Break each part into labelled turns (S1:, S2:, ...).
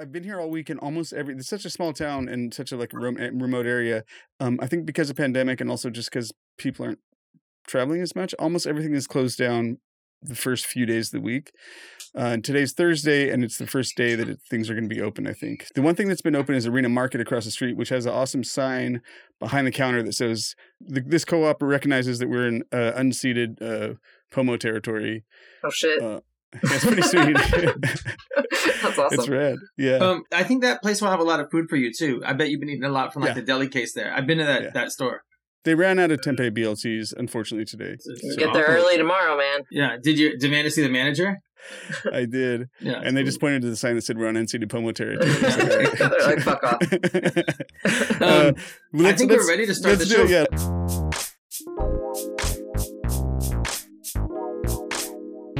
S1: I've been here all week, and almost every it's such a small town and such a like rom- remote area. Um, I think because of pandemic and also just because people aren't traveling as much, almost everything is closed down the first few days of the week. Uh, and today's Thursday, and it's the first day that it, things are going to be open. I think the one thing that's been open is Arena Market across the street, which has an awesome sign behind the counter that says "Th- "This co-op recognizes that we're in uh, unceded uh, Pomo territory."
S2: Oh shit.
S1: Uh, That's pretty sweet.
S2: That's awesome.
S1: It's rad. Yeah.
S3: Um, I think that place will have a lot of food for you too. I bet you've been eating a lot from like
S1: Yeah.
S3: the deli case there. I've been to that,
S1: Yeah.
S3: that store.
S1: They ran out of tempeh BLTs, unfortunately, today.
S3: So-
S2: Get there early tomorrow, man.
S3: Yeah. Did you demand to see the manager?
S1: I did.
S3: Yeah.
S1: And they just pointed to the sign that said, We're on NCD Pomo territory. It's like, all right.
S2: They're like, fuck
S1: Uh,
S2: off.
S1: well,
S3: Um, I
S1: let's-
S3: think we're
S1: let's-
S3: ready to start the
S1: let's
S3: show.
S1: do it, yeah.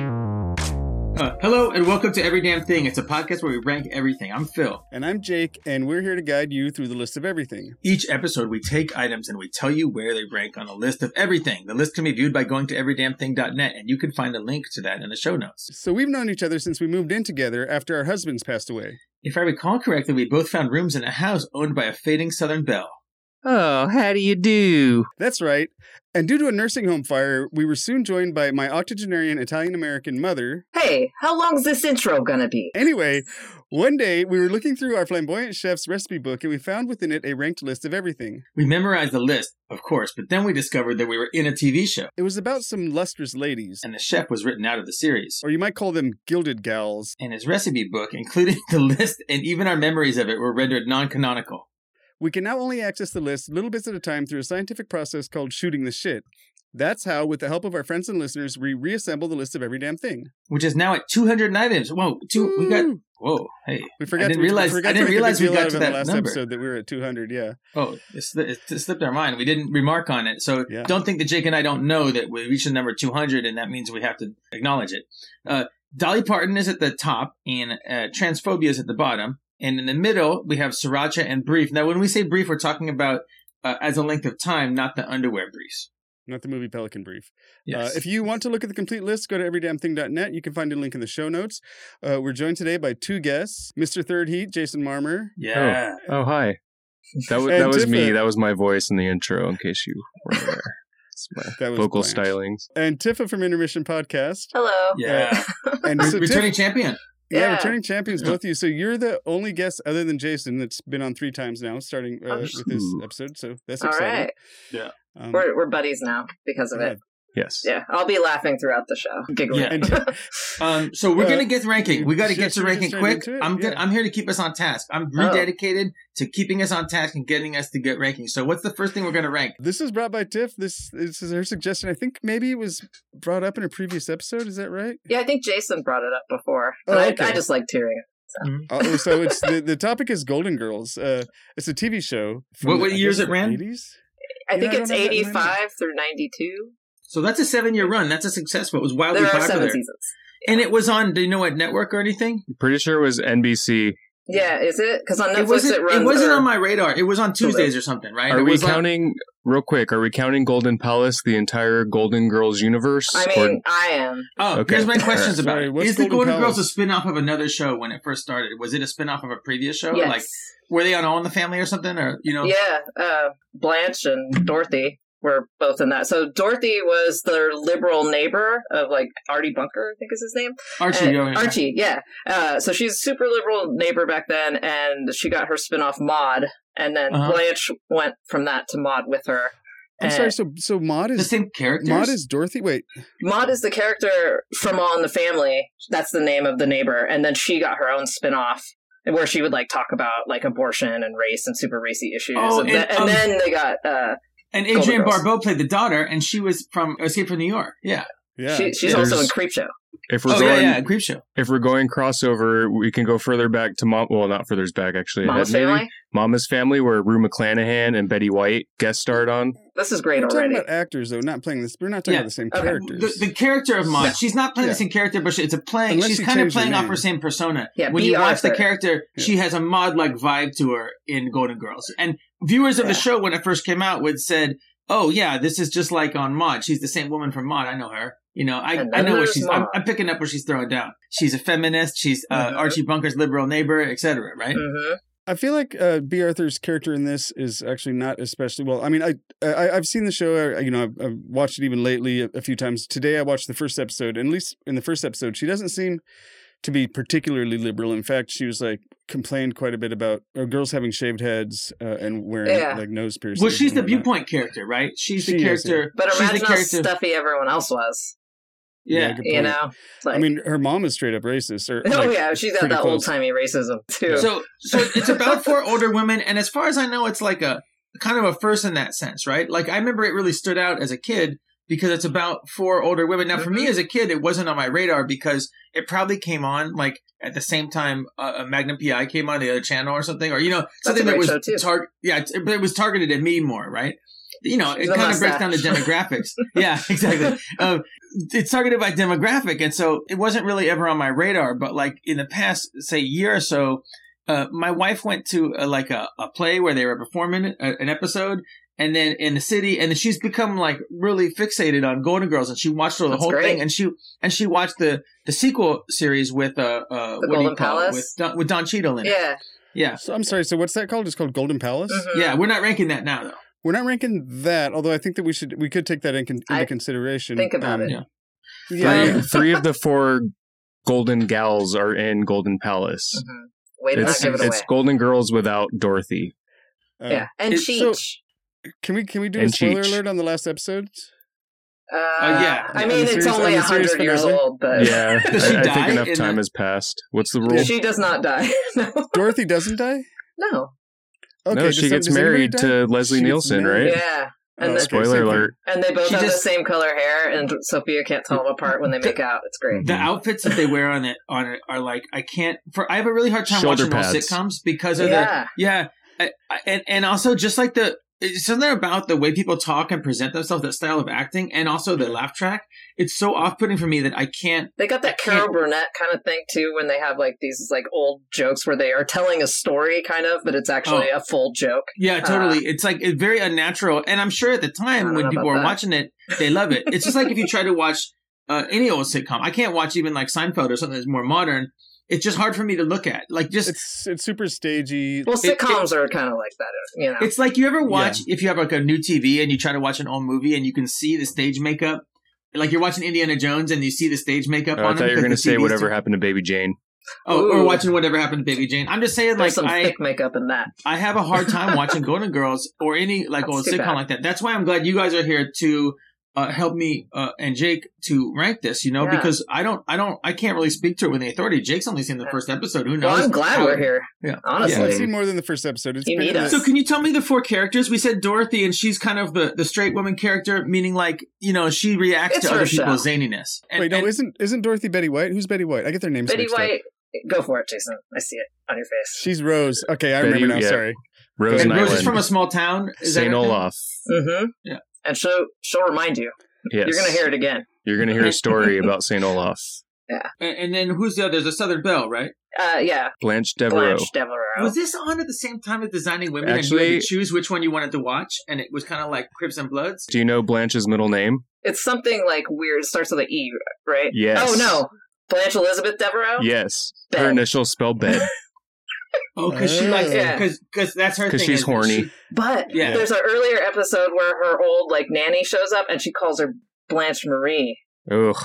S3: Uh, hello and welcome to Every Damn Thing. It's a podcast where we rank everything. I'm Phil.
S1: And I'm Jake, and we're here to guide you through the list of everything.
S3: Each episode, we take items and we tell you where they rank on a list of everything. The list can be viewed by going to everydamnthing.net, and you can find a link to that in the show notes.
S1: So we've known each other since we moved in together after our husbands passed away.
S3: If I recall correctly, we both found rooms in a house owned by a fading Southern belle.
S2: Oh, how do you do?
S1: That's right. And due to a nursing home fire, we were soon joined by my octogenarian Italian American mother,
S2: Hey, how long's this intro gonna be?
S1: Anyway, one day we were looking through our flamboyant chef's recipe book and we found within it a ranked list of everything.
S3: We memorized the list, of course, but then we discovered that we were in a TV show,
S1: It was about some lustrous ladies,
S3: and the chef was written out of the series.
S1: or you might call them gilded gals.
S3: And his recipe book, including the list and even our memories of it, were rendered non canonical.
S1: We can now only access the list little bits at a time through a scientific process called shooting the shit. That's how, with the help of our friends and listeners, we reassemble the list of every damn thing.
S3: Which is now at 200 items. Whoa, two, we got,
S1: Woo!
S3: whoa, hey.
S1: We forgot.
S3: didn't
S1: to,
S3: realize-
S1: We forgot
S3: I
S1: to make
S3: didn't
S1: a big
S3: realize we
S1: deal
S3: got
S1: out of it
S3: to
S1: in the
S3: that
S1: last
S3: number.
S1: episode that we were at 200. Yeah,
S3: Oh, it, sli- it s- slipped our mind. We didn't remark on it. So
S1: Yeah.
S3: don't think that Jake and I don't know that we reached the number 200 and that means we have to acknowledge it. Uh, Dolly Parton is at the top and uh, transphobia is at the bottom. And in the middle, we have sriracha and brief. Now, when we say brief, we're talking about uh, as a length of time, not the underwear briefs.
S1: not the movie Pelican Brief. Uh,
S3: Yes.
S1: if you want to look at the complete list, go to everydamnthing.net. You can find a link in the show notes. Uh, we're joined today by two guests Mr. Third Heat, Jason Marmer.
S3: yeah.
S4: Oh hi. That was
S1: And
S4: that was me.
S1: different.
S4: That was my voice in the intro. In case you were aware, it's my
S1: That was
S4: vocal
S1: Blanche.
S4: stylings.
S1: And Tifa from Intermission Podcast.
S2: Hello.
S3: Yeah.
S1: Oh. And
S3: Re-
S1: so Tif-
S3: returning champion.
S1: yeah,
S2: Yeah.
S1: returning champions, both of you. So you're the only guest other than Jason that's been on three times now, starting uh,
S2: Oh,
S1: with this
S4: shoot.
S1: episode. So that's
S2: All
S1: exciting.
S2: right.
S1: Um,
S2: We're, we're buddies now because of
S1: yeah.
S2: it.
S4: Yes.
S2: Yeah, I'll be laughing throughout the show, giggling.
S3: Yeah.
S1: And
S3: Um, so we're
S1: Uh,
S3: gonna get ranking. We got to
S1: should-
S3: get
S1: should
S3: to
S1: we
S3: ranking
S1: just turn
S3: quick.
S1: into it?
S3: I'm good.
S1: Yeah.
S3: I'm here to keep us on task. I'm
S2: Oh.
S3: rededicated to keeping us on task and getting us to get ranking. So what's the first thing we're gonna rank?
S1: this is brought by Tiff. This, this is her suggestion. I think maybe it was brought up in a previous episode. Is that right?
S2: Yeah, I think Jason brought it up before.
S1: Oh,
S2: And I-
S1: okay.
S2: I, just like tearing.
S1: Oh, so it's the, the topic is Golden Girls. Uh, it's a TV show. from
S3: What-
S1: the-
S3: what
S1: I
S3: years
S1: guess
S3: it
S1: the
S3: ran?
S1: 80s?
S2: I
S1: Yeah,
S2: think
S1: I
S2: it's
S1: don't have that in my
S2: 85 through 92.
S3: So that's a seven year run. That's a successful. It was wildly
S2: There are
S3: popular.
S2: seven seasons.
S3: And it was on. Do you know what network or anything?
S4: Pretty sure it was NBC.
S2: Yeah, is it? Because on
S3: it
S2: Netflix
S3: wasn't.
S2: it runs.
S3: wasn't
S2: or-
S3: on my radar. It was on
S2: Sort of.
S3: Tuesdays or something, right?
S4: Are
S3: it
S4: we
S3: was like-
S4: counting real quick? Are we counting Golden Palace, the entire Golden Girls universe?
S2: I
S4: or-
S2: mean, I am.
S3: oh,
S4: Okay.
S3: here's my questions about
S1: Sorry,
S3: it.
S1: what's
S3: Is the
S1: Golden
S3: Golden
S1: Palace?
S3: Girls a spin off of another show when it first started? Was it a spin off of a previous show?
S2: yes.
S3: Like were they on All in the Family or something? Or you know,
S2: Yeah, uh, Blanche and Dorothy were both in that. So Dorothy was their liberal neighbor of like Artie Bunker, I think is his name.
S3: Archie.
S2: Uh,
S3: oh, yeah.
S2: Archie, yeah. Uh, so she's super liberal neighbor back then, and she got her spinoff Maud, and then
S3: Uh-huh.
S2: Blanche went from that to Maud with her.
S1: I'm
S2: Uh,
S1: sorry. So so Maud
S3: The
S1: is
S3: same characters.
S1: Maud is Dorothy. Wait,
S2: Maud is the character from All in the Family. That's the name of the neighbor, and then she got her own spinoff. Where she would like talk about like abortion and race and super racy issues,
S3: Oh,
S2: and, th-
S3: and,
S2: and
S3: um,
S2: then they got uh,
S3: And
S2: Golden
S3: Adrienne
S2: Girls.
S3: Barbeau played the daughter, and she was from Escape from New York. Yeah.
S1: yeah.
S2: she, she's
S4: yeah.
S2: also in
S4: There's-
S2: Creepshow.
S4: if we're
S3: Oh, yeah,
S4: going,
S3: yeah, Creep Show.
S4: if we're going crossover, we can go further back to mom. Well, not further back actually.
S2: Mama's
S4: Maybe
S2: Family.
S4: Mama's Family, where Rue McClanahan and Betty White guest starred on.
S2: This is
S1: We're
S2: great
S1: talking
S2: already.
S1: about actors though, not playing this. We're not talking
S3: Yeah.
S1: about the same
S2: Okay.
S1: characters.
S3: The, the character of Maud,
S1: Yeah.
S3: she's not playing
S1: Yeah.
S3: the same character, but she, it's a playing.
S1: Unless
S3: she's
S1: you
S3: kind of
S1: change the
S3: playing off
S1: name.
S3: her same persona.
S2: Yeah,
S3: when
S2: B.
S3: you watch the
S2: Arthur.
S3: character,
S1: Yeah.
S3: she has a Maud like vibe to her in Golden Girls. And viewers of the
S2: Yeah.
S3: show, when it first came out, would said, "Oh yeah, this is just like on Maud. She's the same woman from Maud. I know her." You know, I,
S2: And
S3: I
S2: then
S3: know what
S2: there's
S3: she's. I'm,
S2: Mara.
S3: I'm picking up what she's throwing down. She's a feminist. She's uh,
S2: Mhm.
S3: Archie Bunker's liberal neighbor, etc. Right?
S2: hmm
S1: I feel like uh, B. Arthur's character in this is actually not especially well. I mean, I, I I've seen the show. I, you know, I've, I've watched it even lately a, a few times. Today, I watched the first episode, and at least in the first episode, she doesn't seem to be particularly liberal. In fact, she was like complained quite a bit about uh, girls having shaved heads uh, and wearing
S2: Yeah.
S1: like nose piercings.
S3: Well, she's
S1: and
S3: the
S1: whatnot.
S3: viewpoint character, right? She's the
S1: She is, yeah.
S3: character.
S2: But
S3: she's
S2: imagine
S3: the
S2: how
S3: character.
S2: stuffy everyone else was.
S3: yeah,
S1: good
S2: You
S1: point.
S2: know, It's like,
S1: I mean, her mom is straight up racist. Or
S2: oh
S1: like,
S2: yeah, she's got
S1: pretty
S2: that
S1: close.
S2: old timey racism too.
S3: So so it's about four older women, and as far as I know, it's like a kind of a first in that sense, right? Like I remember it really stood out as a kid because it's about four older women. Now for me as a kid, it wasn't on my radar because it probably came on like at the same time uh, a Magnum PI came on the other channel or something, or you know something that
S2: great
S3: was
S2: show, too.
S3: tar- yeah, it's- but it was targeted at me more, right? You know, it
S2: The
S3: kind of
S2: mustache.
S3: breaks down the demographics. yeah, exactly. Um, it's targeted by demographic and so it wasn't really ever on my radar but like in the past say year or so uh, my wife went to uh like a, a play where they were performing a, an episode and then in the city and she's become like really fixated on golden girls and she watched the
S2: That's
S3: whole
S2: great.
S3: thing and she and she watched the the sequel series with uh, uh what do you
S2: Golden
S3: call
S2: Palace?
S3: it with don, with don Cheadle in it
S2: yeah,
S3: yeah
S1: So I'm sorry. So what's that called? It's called Golden Palace.
S2: Mhm.
S3: yeah we're not ranking that now though
S1: We're not ranking that, although I think that we should we could take that in, con- into
S2: I-
S1: consideration. Um,
S2: think about it.
S3: Yeah.
S1: Yeah,
S4: Three,
S1: yeah.
S4: three of the four golden gals are in Golden Palace.
S2: Mhm. Way to
S4: It's,
S2: not give it away.
S4: it's Golden Girls without Dorothy.
S1: Uh,
S2: yeah, and
S3: It's-
S2: Cheech.
S1: so- Can we can we do a
S4: And
S1: spoiler
S4: Cheech.
S1: alert on the last episode?
S2: uh,
S3: yeah.
S2: I
S1: On
S2: mean,
S1: the
S2: it's
S1: series-
S2: only
S1: on the
S2: a
S1: series
S2: hundred years
S1: finale?
S2: old, but
S4: Yeah,
S3: Does she
S4: I, I think
S3: die
S4: enough
S3: in
S4: time
S3: the-
S4: has passed. What's the rule?
S1: Yeah.
S2: she does not die. no,
S1: Dorothy doesn't die.
S2: no.
S4: no,
S1: does
S4: she
S1: some-
S4: gets
S1: does anybody
S4: married
S1: die?
S4: to Leslie
S1: She gets
S4: Nielsen,
S1: married.
S4: right?
S2: yeah.
S1: Oh,
S2: And the-
S1: okay, same
S4: Spoiler
S1: thing.
S4: alert.
S2: And they both
S3: She
S2: have
S3: just-
S2: the same color hair, and Sophia can't tell them apart when they make out. It's great.
S4: Mm-hmm.
S3: the outfits that they wear on it on it are like I can't for I have a really hard time
S4: Shoulder
S3: watching all
S4: pads.
S3: sitcoms because of the
S2: Yeah,
S3: Yeah, I, I, and and also just like the it's something about the way people talk and present themselves, that style of acting, and also the laugh track. It's so off-putting for me that I can't.
S2: they got that
S3: I can't-
S2: Carol Burnett kind of thing too, when they have like these like old jokes where they are telling a story kind of, but it's actually
S3: Oh.
S2: a full joke.
S3: Yeah, totally. it's like it's very unnatural, and I'm sure at the
S2: I
S3: time
S2: don't
S3: when
S2: know
S3: people
S2: about
S3: were
S2: that.
S3: watching it, they love it. It's just like if you try to watch uh, any old sitcom. I can't watch even like Seinfeld or something that's more modern. It's just hard for me to look at. Like just
S1: It's it's super stagey.
S2: Well,
S3: It-
S2: sitcoms are kind of like that, you know.
S3: It's like you ever watch if you have like a new TV and you try to watch an old movie and you can see the stage makeup. Like you're watching Indiana Jones and you see the stage makeup
S4: Oh,
S3: on
S4: I thought
S3: him
S4: you
S3: because
S4: were going to
S3: the
S4: say
S3: TV is
S4: whatever
S3: too-
S4: happened to Baby Jane.
S3: Oh, or
S2: Ooh.
S3: watching whatever happened to Baby Jane. I'm just saying,
S2: There's
S3: like
S2: some
S3: I,
S2: thick makeup in that.
S3: I have a hard time watching Golden Girls or any like
S2: That's
S3: old
S2: too
S3: sitcom
S2: bad.
S3: like that. That's why I'm glad you guys are here to uh, help me uh, and Jake to rank this. You know,
S2: Yeah.
S3: because I don't, I don't, I can't really speak to it with any authority. Jake's only seen the first episode. Who knows?
S2: Well, I'm glad
S3: how-
S2: we're here.
S3: Yeah.
S1: Well, I've
S2: Honestly,
S1: seen more than the first episode. It's
S2: You
S1: been
S2: need
S1: in
S2: us.
S3: So
S1: this-
S3: can you tell me the four characters? We said Dorothy, and she's kind of the, the straight woman character, meaning like you know she reacts
S2: It's
S3: to
S2: her
S3: other people's
S2: show.
S3: zaniness. And,
S1: Wait, no,
S3: and-
S1: isn't isn't Dorothy Betty White? Who's Betty White? I get their names
S2: Betty
S1: mixed up.
S2: White, go for it, Jason. I see it on your face.
S1: She's Rose. Okay, I
S4: Betty-
S1: remember now.
S4: yeah.
S1: Sorry.
S4: Rose
S3: and
S1: Island.
S3: Rose is from a
S4: Nyland,
S3: small town, Is that
S4: Saint
S3: her name?
S4: Olaf.
S2: Mm-hmm.
S3: Yeah.
S2: And she'll she'll remind you.
S4: Yes,
S2: You're gonna hear it again.
S4: You're gonna hear a story about Saint Olaf.
S3: And, and then who's the other? There's a Southern Belle, right?
S2: Uh, yeah,
S4: Blanche Devereaux.
S2: Blanche Devereaux.
S3: Was this on at the same time as Designing Women? and you
S4: Actually-
S3: had to choose which one you wanted to watch, and it was kind of like Cribs and Bloods.
S4: Do you know Blanche's middle name?
S2: It's something like weird. It starts with an E, right?
S4: Yes.
S2: Oh no, Blanche Elizabeth Devereaux.
S4: Yes,
S2: Bed.
S4: her initial spell bed.
S3: Oh, because she likes
S2: Yeah.
S3: because because that's her thing.
S4: 'Cause she's
S3: isn't it?
S4: horny.
S3: She-
S2: But
S3: Yeah.
S2: there's an earlier episode where her old like nanny shows up and she calls her Blanche Marie.
S4: Ugh.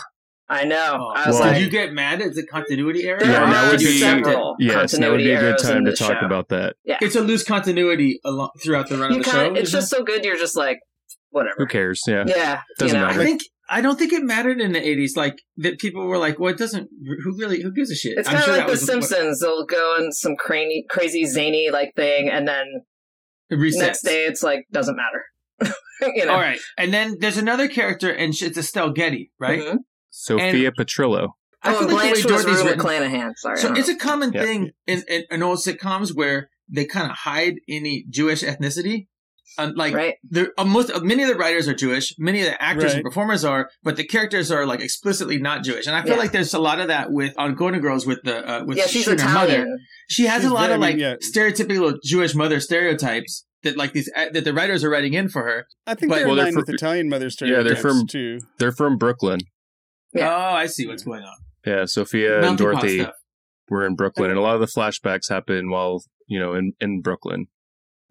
S2: I know.
S3: Oh,
S2: I was
S4: Whoa.
S3: did
S2: like,
S3: you get mad at the continuity error?
S2: There
S4: Yeah,
S2: are
S4: that would be-
S2: several
S4: Yes, that would
S2: continuity
S4: be a good
S2: errors in
S4: time to
S2: this
S4: talk
S2: show.
S4: about that.
S3: It's a loose continuity along, throughout the run
S2: You
S3: of the
S2: kinda-
S3: show.
S2: it's
S3: isn't it?
S2: just so good. You're just like,
S4: Who
S2: whatever.
S4: cares? Yeah.
S2: Yeah,
S4: Doesn't
S2: you know,
S4: matter.
S3: I think I don't think it mattered in the '80s. Like that, people were like, "Well, it doesn't. Who really? Who gives a shit?"
S2: It's kind of like
S3: that
S2: The
S3: was
S2: Simpsons. They'll go in some crazy, crazy zany like thing, and then
S3: What, resets.
S2: next day it's like doesn't matter. you know.
S3: All right, and then there's another character, and sh- it's Estelle Getty, right?
S2: Mhm.
S4: Sophia Petrillo.
S2: Oh,
S3: I
S2: and
S3: feel like the way
S2: Blanche was
S3: Dorothy's
S2: Rue
S3: written-
S2: McClanahan. Sorry. I
S3: So
S2: don't
S3: it's a common
S4: Yeah.
S3: thing in, in, in old sitcoms where they kind of hide any Jewish ethnicity. Um,
S2: know.
S3: like
S2: right.
S3: there, uh, most uh, many of the writers are Jewish, many of the actors
S1: Right.
S3: and performers are, but the characters are like explicitly not Jewish. And I feel
S2: Yeah.
S3: like there's a lot of that with on Golden Girls with the uh, with
S2: Yeah, she's
S3: Sue and her mother.
S2: Italian.
S3: She has
S1: She's
S3: a lot
S1: very-
S3: of
S1: I
S3: like
S1: mean, yeah.
S3: stereotypical Jewish mother stereotypes that like these eh, that the writers are writing in for her.
S1: I think
S3: But-
S1: they're
S4: Well,
S1: in
S4: they're
S1: line
S4: fr-
S1: with Italian mother
S4: Yeah, they're
S1: stereotypes
S4: from-
S1: too.
S4: They're from Brooklyn.
S2: Yeah.
S3: Oh, I see what's going on.
S4: Yeah, Sophia and
S3: Mountain Paw
S4: Dorothy
S3: stuff.
S4: were in Brooklyn, and a lot of the flashbacks happen while you know in in Brooklyn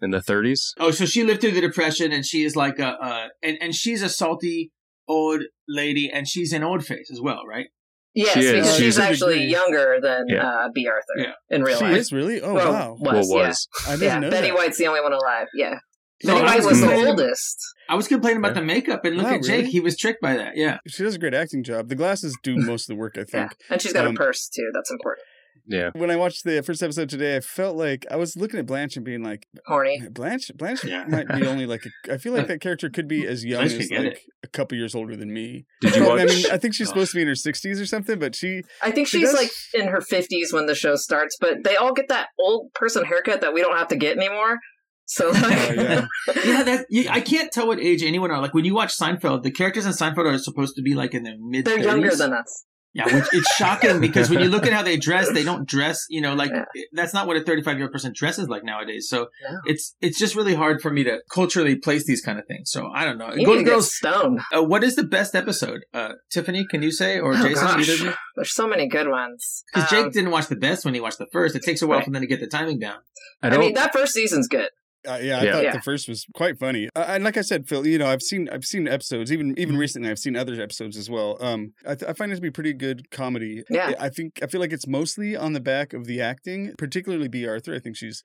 S4: in the 30s.
S3: Oh, so she lived through the depression, and she is like a, a and and she's a salty old lady, and she's an old face as well, right?
S2: Yes,
S4: She is.
S2: because
S4: She's
S2: she's,
S1: a
S2: actually
S1: degree.
S2: younger than
S4: Yeah.
S2: uh, B. Arthur
S3: Yeah.
S2: in real
S1: she
S2: life.
S1: is really. Oh
S2: Well,
S1: wow,
S2: what? Was,
S4: well, was
S1: I didn't
S2: Yeah,
S1: know
S2: Betty
S1: that.
S2: White's the only one alive. Yeah,
S1: No,
S2: Betty
S1: I
S2: White
S1: was
S2: was the
S1: complaining-
S2: oldest.
S3: I was complaining about
S4: Yeah.
S3: the makeup, and look
S1: Wow,
S3: at Jake,
S1: really?
S3: he was tricked by that. Yeah,
S1: She does a great acting job. The glasses do most of the work, I
S2: Yeah,
S1: think.
S2: and she's got
S1: Um,
S2: a purse too. That's important.
S4: yeah.
S1: When I watched the first episode today, I felt like I was looking at Blanche and being like,
S2: Horny.
S1: "Man, Blanche, Blanche
S3: Yeah.
S1: might be only like, a, I feel like that character could be as young
S3: Blanche could
S1: as
S3: get
S1: like a couple years older than me.
S4: Did you
S1: Well,
S4: watch?
S1: I mean, I think she's
S3: Oh.
S1: supposed to be in her 60s or something, but she,
S2: I think
S1: She
S2: she's
S1: does-
S2: like in her fifties when the show starts, but they all get that old person haircut that we don't have to get anymore. So like,
S1: oh, yeah.
S3: yeah. That you, I can't tell what age anyone are. Like when you watch Seinfeld, the characters in Seinfeld are supposed to be like in their mid.
S2: they're younger than us.
S3: Yeah, which it's shocking because when you look at how they dress, they don't dress. You know, like eh,
S2: Yeah.
S3: that's not what a thirty-five-year-old person dresses like nowadays. So
S2: No.
S3: it's it's just really hard for me to culturally place these kind of things. So I don't know.
S2: You
S3: Golden
S2: can get
S3: Girls.
S2: stoned.
S3: Uh, what is the best episode? Uh, Tiffany, can you say or
S2: Oh,
S3: Jason?
S2: gosh.
S3: Either of you?
S2: There's so many good ones.
S3: Because
S2: Um,
S3: Jake didn't watch the best when he watched the first. It takes a while
S2: Right.
S3: for them to get the timing down.
S4: I
S2: I
S4: don't.
S2: mean, that first season's good.
S1: Uh, yeah, I
S4: Yeah.
S1: thought
S2: Yeah.
S1: the first was quite funny. Uh, and like I said, Phil, you know, I've seen I've seen episodes, even
S3: Mm-hmm.
S1: even recently, I've seen other episodes as well. Um, I, th- I find it to be pretty good comedy.
S2: Yeah.
S1: I think I feel like it's mostly on the back of the acting, particularly B. Arthur. I think she's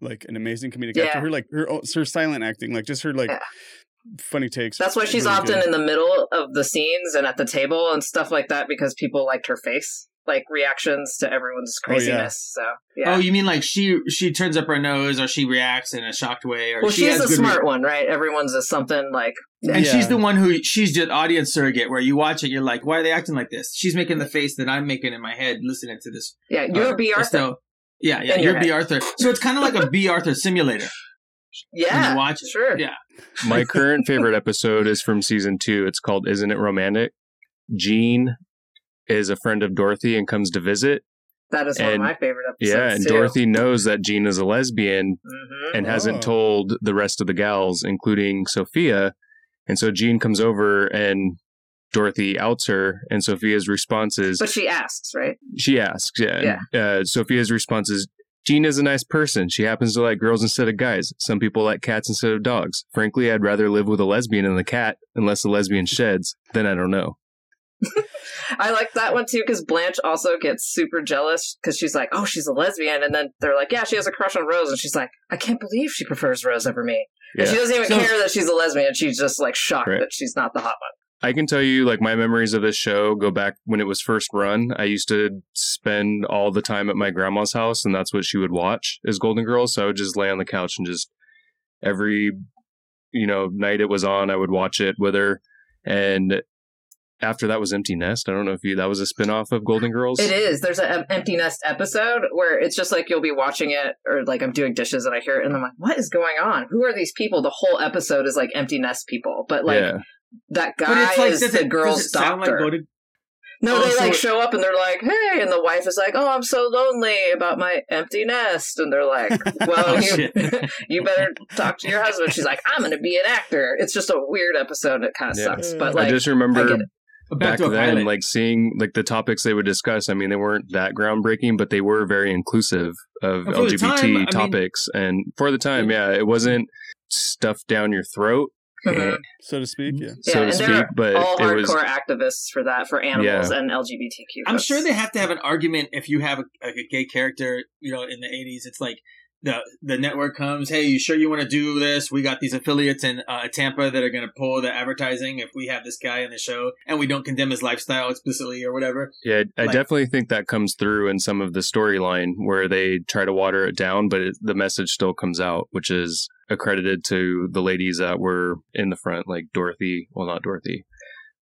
S1: like an amazing comedic actor.
S2: Yeah.
S1: Her like her her silent acting, like just her like
S2: Yeah.
S1: funny takes.
S2: That's why she's
S1: really
S2: often
S1: good.
S2: in the middle of the scenes and at the table and stuff like that because people liked her face, like reactions to everyone's
S1: Oh, yeah.
S2: craziness. So yeah.
S3: Oh, you mean like she she turns up her nose or she reacts in a shocked way or
S2: well,
S3: she
S2: she's
S3: has
S2: the
S3: good
S2: smart one, right? Everyone's a something like
S3: re- and
S1: Yeah.
S3: she's the one who she's just audience surrogate where you watch it, you're like, why are they acting like this? She's making the face that I'm making in my head listening to this.
S2: yeah. You're
S3: uh,
S2: B. Arthur.
S3: Estelle. Yeah, yeah,
S2: In
S3: you're
S2: your
S3: B. Arthur. So it's kind of like a B. Arthur simulator. when you
S2: yeah,
S3: watch it.
S2: sure.
S3: Yeah.
S4: my current favorite episode is from season two. It's called "Isn't It Romantic?" Jean is a friend of Dorothy and comes to visit.
S2: That is one
S4: And-
S2: of my favorite episodes.
S4: Yeah, and
S2: too.
S4: Dorothy knows that Jean is a lesbian,
S2: Mhm.
S4: and
S1: Oh.
S4: hasn't told the rest of the gals, including Sophia. And so Jean comes over and Dorothy outs her, and Sophia's response is
S2: But she asks, right?
S4: she asks, yeah. and, Uh, Sophia's response is Jean is a nice person. She happens to like girls instead of guys. Some people like cats instead of dogs. Frankly, I'd rather live with a lesbian than a cat, unless the lesbian sheds. Then I don't know.
S2: I like that one too because Blanche also gets super jealous because she's like, "Oh, she's a lesbian," and then they're like, "Yeah, she has a crush on Rose," and she's like, "I can't believe she prefers Rose over me." And
S4: Yeah.
S2: she doesn't even
S3: So-
S2: care that she's a lesbian. She's just like shocked
S4: Right.
S2: that she's not the hot one.
S4: I can tell you, like, my memories of this show go back when it was first run. I used to spend all the time at my grandma's house, and that's what she would watch is Golden Girls. So I would just lay on the couch and just every, you know, night it was on, I would watch it with her. And after that was Empty Nest. I don't know if you that was a spinoff of Golden Girls.
S2: It is. There's an empty nest episode where it's just like you'll be watching it, or like I'm doing dishes and I hear it, and I'm like, "What is going on? Who are these people?" The whole episode is like empty nest people, but like
S4: yeah,
S2: that
S3: But
S2: guy
S3: it's like
S2: is
S3: does
S2: the
S3: it-
S2: girl's
S3: does it sound like
S2: doctor.
S3: Golden-
S2: No,
S3: Oh,
S2: they
S3: so
S2: like
S3: it-
S2: show up and they're like, "Hey," and the wife is like, "Oh, I'm so lonely about my empty nest," and they're like, "Well,
S3: Oh,
S2: you,
S3: shit.
S2: you better talk to your husband." She's like, "I'm going to be an actor." It's just a weird episode. and It kind of
S4: Yeah.
S3: Mm.
S2: sucks, but
S4: I
S2: like,
S4: just remember
S2: I get
S4: back,
S2: it.
S3: Back, to a
S4: then,
S3: pilot.
S4: like seeing like the topics they would discuss. I mean, they weren't that groundbreaking, but they were very inclusive of
S3: And for the
S4: LGBT
S3: time, I mean-
S4: topics. and for the time, yeah, it wasn't stuffed down your throat.
S2: mhm.
S1: so to speak.
S3: Mm-hmm.
S1: Yeah,
S2: Yeah,
S4: so
S2: and
S4: to
S2: there
S4: speak,
S2: are
S4: but
S2: all
S4: it was
S2: hardcore activists for that for animals and LGBTQ.
S3: I'm
S2: folks.
S3: sure they have to have an argument if you have a, like a gay character, you know, in the 80s. It's like the the network comes, hey, you sure you want to do this? We got these affiliates in uh, Tampa that are going to pull the advertising if we have this guy on the show and we don't condemn his lifestyle explicitly or whatever.
S4: yeah. I
S3: like-
S4: definitely think that comes through in some of the storyline where they try to water it down, but it, the message still comes out, which is accredited to the ladies that were in the front, like Dorothy. Well, not Dorothy.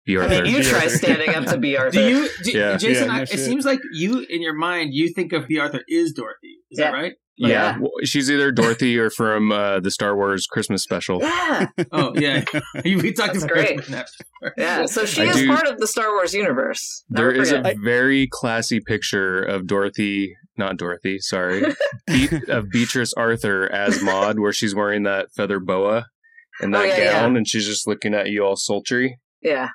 S4: B.
S1: I
S2: I
S1: mean,
S4: Arthur.
S2: mean, you
S1: Be
S2: try
S1: Arthur.
S2: standing up to be Arthur.
S3: Do you, do,
S4: Yeah.
S3: Jason,
S1: Yeah,
S3: I,
S1: no
S3: it
S1: shit.
S3: seems like you, in your mind, you think of B. Arthur is Dorothy. Is
S2: Yeah.
S3: that right?
S4: yeah,
S2: Yeah.
S4: Well, she's either Dorothy or from uh, the Star Wars Christmas special.
S2: Yeah,
S3: Oh, yeah. we talked
S2: That's
S3: about
S2: great.
S3: that.
S2: yeah. So she
S4: I
S2: is
S4: do-
S2: part of the Star Wars universe.
S4: There
S2: Never
S4: is a
S2: forget.
S4: very classy picture of Dorothy, not Dorothy, sorry, Be- of Beatrice Arthur as Maud, where she's wearing that feather boa and
S2: Oh,
S4: that
S2: yeah,
S4: gown, and she's just looking at you all sultry.
S2: yeah.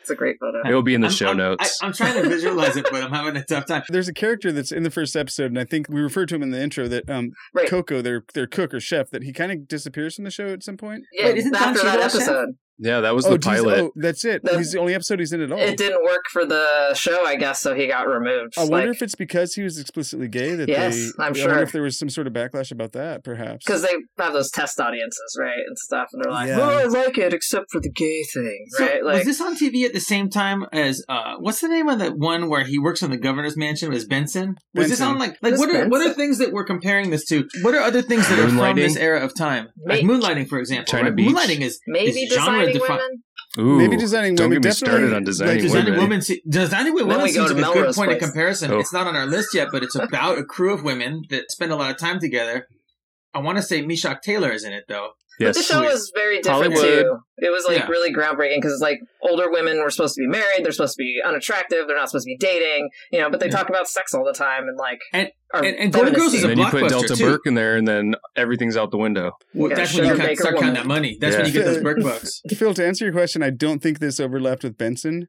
S2: It's a great photo.
S4: It will be in the
S3: I'm-
S4: show
S3: I'm-
S4: notes.
S3: I, am trying to visualize it, but I'm having a tough time.
S1: There's a character that's in the first episode, and I think we referred to him in the intro that um,
S2: Right.
S1: Coco, their their cook or chef, that he kind of disappears from the show at some point. um,
S2: Yeah,
S3: Wait, isn't
S2: after
S3: Don
S2: that
S3: Cheadle a chef?
S2: episode,
S4: yeah, that was
S1: oh,
S4: the
S1: geez,
S4: pilot.
S1: oh, that's it.
S2: The-
S1: he's the only episode he's in at all.
S2: it didn't work for the show, I guess, so he got removed.
S1: Oh. I wonder
S2: like,
S1: if it's because he was explicitly gay that
S2: Yes,
S1: they.
S2: I'm
S1: I wonder
S2: sure.
S1: if there was some sort of backlash about that, perhaps.
S2: because they have those test audiences, right, and stuff, and they're like,
S1: Yeah.
S2: "Oh, I like it, except for the gay thing,
S3: So,
S2: right?" Like,
S3: was this on TV at the same time as uh, what's the name of that one where he works in the governor's mansion? Was Benson? Was this
S1: Benson.
S3: on like like
S2: Who's
S3: what are what are
S2: Benson?
S3: things that we're comparing this to? What are other things that are from
S4: Moonlighting?
S3: this era of time? Like
S2: Maybe-
S3: moonlighting, for example.
S4: China
S3: right?
S4: Beach?
S3: Moonlighting is
S2: maybe
S3: is genre
S2: designing
S3: defi-
S2: women.
S4: Ooh,
S1: Maybe designing
S4: don't
S1: women.
S4: get me
S1: definitely,
S4: started on designing
S1: like,
S4: women.
S3: Designing women, se- designing
S2: Then
S3: women
S2: we go
S3: seems
S2: to
S3: like a good
S2: Melrose
S3: point of
S2: Place.
S3: comparison.
S4: Oh.
S3: It's not on our list yet, but it's about a crew of women that spend a lot of time together. I want to say Mishak Taylor is in it though.
S2: The
S4: yes,
S2: show was very different
S4: Hollywood.
S2: too. It was like
S3: Yeah.
S2: really groundbreaking because like older women were supposed to be married, they're supposed to be unattractive, they're not supposed to be dating, you know. But they
S3: Yeah.
S2: talk about sex all the time and like
S3: And-
S2: are
S3: and- and Golden Girls
S2: feministy.
S3: is a
S4: then you put
S3: blockbuster,
S4: Delta
S3: too.
S4: Burke in there, and then everything's out the window.
S3: Well,
S2: Yeah,
S3: that's when you
S2: Sugar
S3: count,
S2: Baker
S3: start counting
S2: Woman.
S3: that money. That's when
S4: Yeah.
S3: you get those Burke bucks.
S1: Phil, to answer your question, I don't think this overlapped with Benson.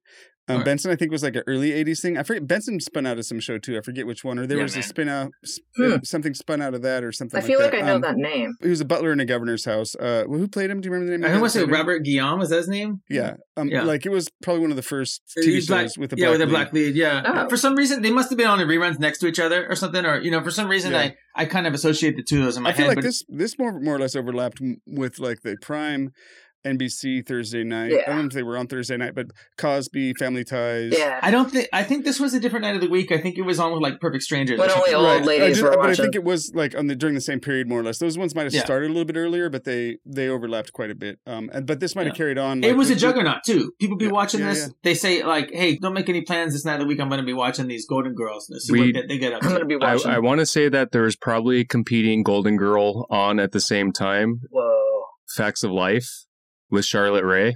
S1: Um,
S3: Alright.
S1: Benson, I think, was like an early '80s thing. I forget. Benson spun out of some show too. I forget which one, or there
S3: Yeah,
S1: was a
S3: man.
S1: spin out, sp-
S2: Hmm.
S1: uh, something spun out of that, or something.
S2: I feel like,
S1: that.
S2: I know
S1: Um,
S2: that name.
S1: He was a butler in a governor's house. Uh, who played him? Do you remember the name?
S3: I
S1: of
S3: don't
S1: that
S3: want to say
S1: actor?
S3: uh, Robert Guillaume. Is that his name?
S1: Yeah, um,
S3: Yeah.
S1: like it was probably one of the first TV
S3: He's
S1: shows
S3: black-
S1: with a
S3: yeah,
S1: black
S3: with a
S1: lead.
S3: black lead. Yeah.
S2: Oh.
S3: For some reason, they must have been on the reruns next to each other or something. Or you know, for some reason,
S1: Yeah.
S3: I I kind of associate the two of those in my
S1: I feel
S3: head.
S1: like
S3: but
S1: this this more more or less overlapped m- with like the Prime, NBC Thursday night. I don't know if they were on Thursday night, but Cosby, Family Ties.
S2: Yeah,
S3: I don't think I think this was a different night of the week. I think it was on with like Perfect Strangers.
S2: when
S3: or
S2: only
S3: something.
S2: old
S1: Right. I
S2: ladies
S1: just-
S2: were
S1: but I
S2: watching.
S1: think it was like on the during the same period, more or less. Those ones might have
S3: Yeah.
S1: started a little bit earlier, but they they overlapped quite a bit. Um, and, but this might have
S3: Yeah.
S1: carried on.
S3: it
S1: like,
S3: was a
S1: with- with-
S3: juggernaut too. People be
S1: Yeah,
S3: watching
S1: yeah,
S3: this.
S1: yeah.
S3: They say like, "Hey, don't make any plans this night of the week. I'm going to be watching these Golden Girls. Let's see
S4: We-
S3: what they- they get up
S2: I'm
S3: to."
S2: gonna be watching.
S4: I, I want to say that there was probably a competing Golden Girl on at the same time.
S2: Whoa.
S4: Facts of Life with Charlotte Ray,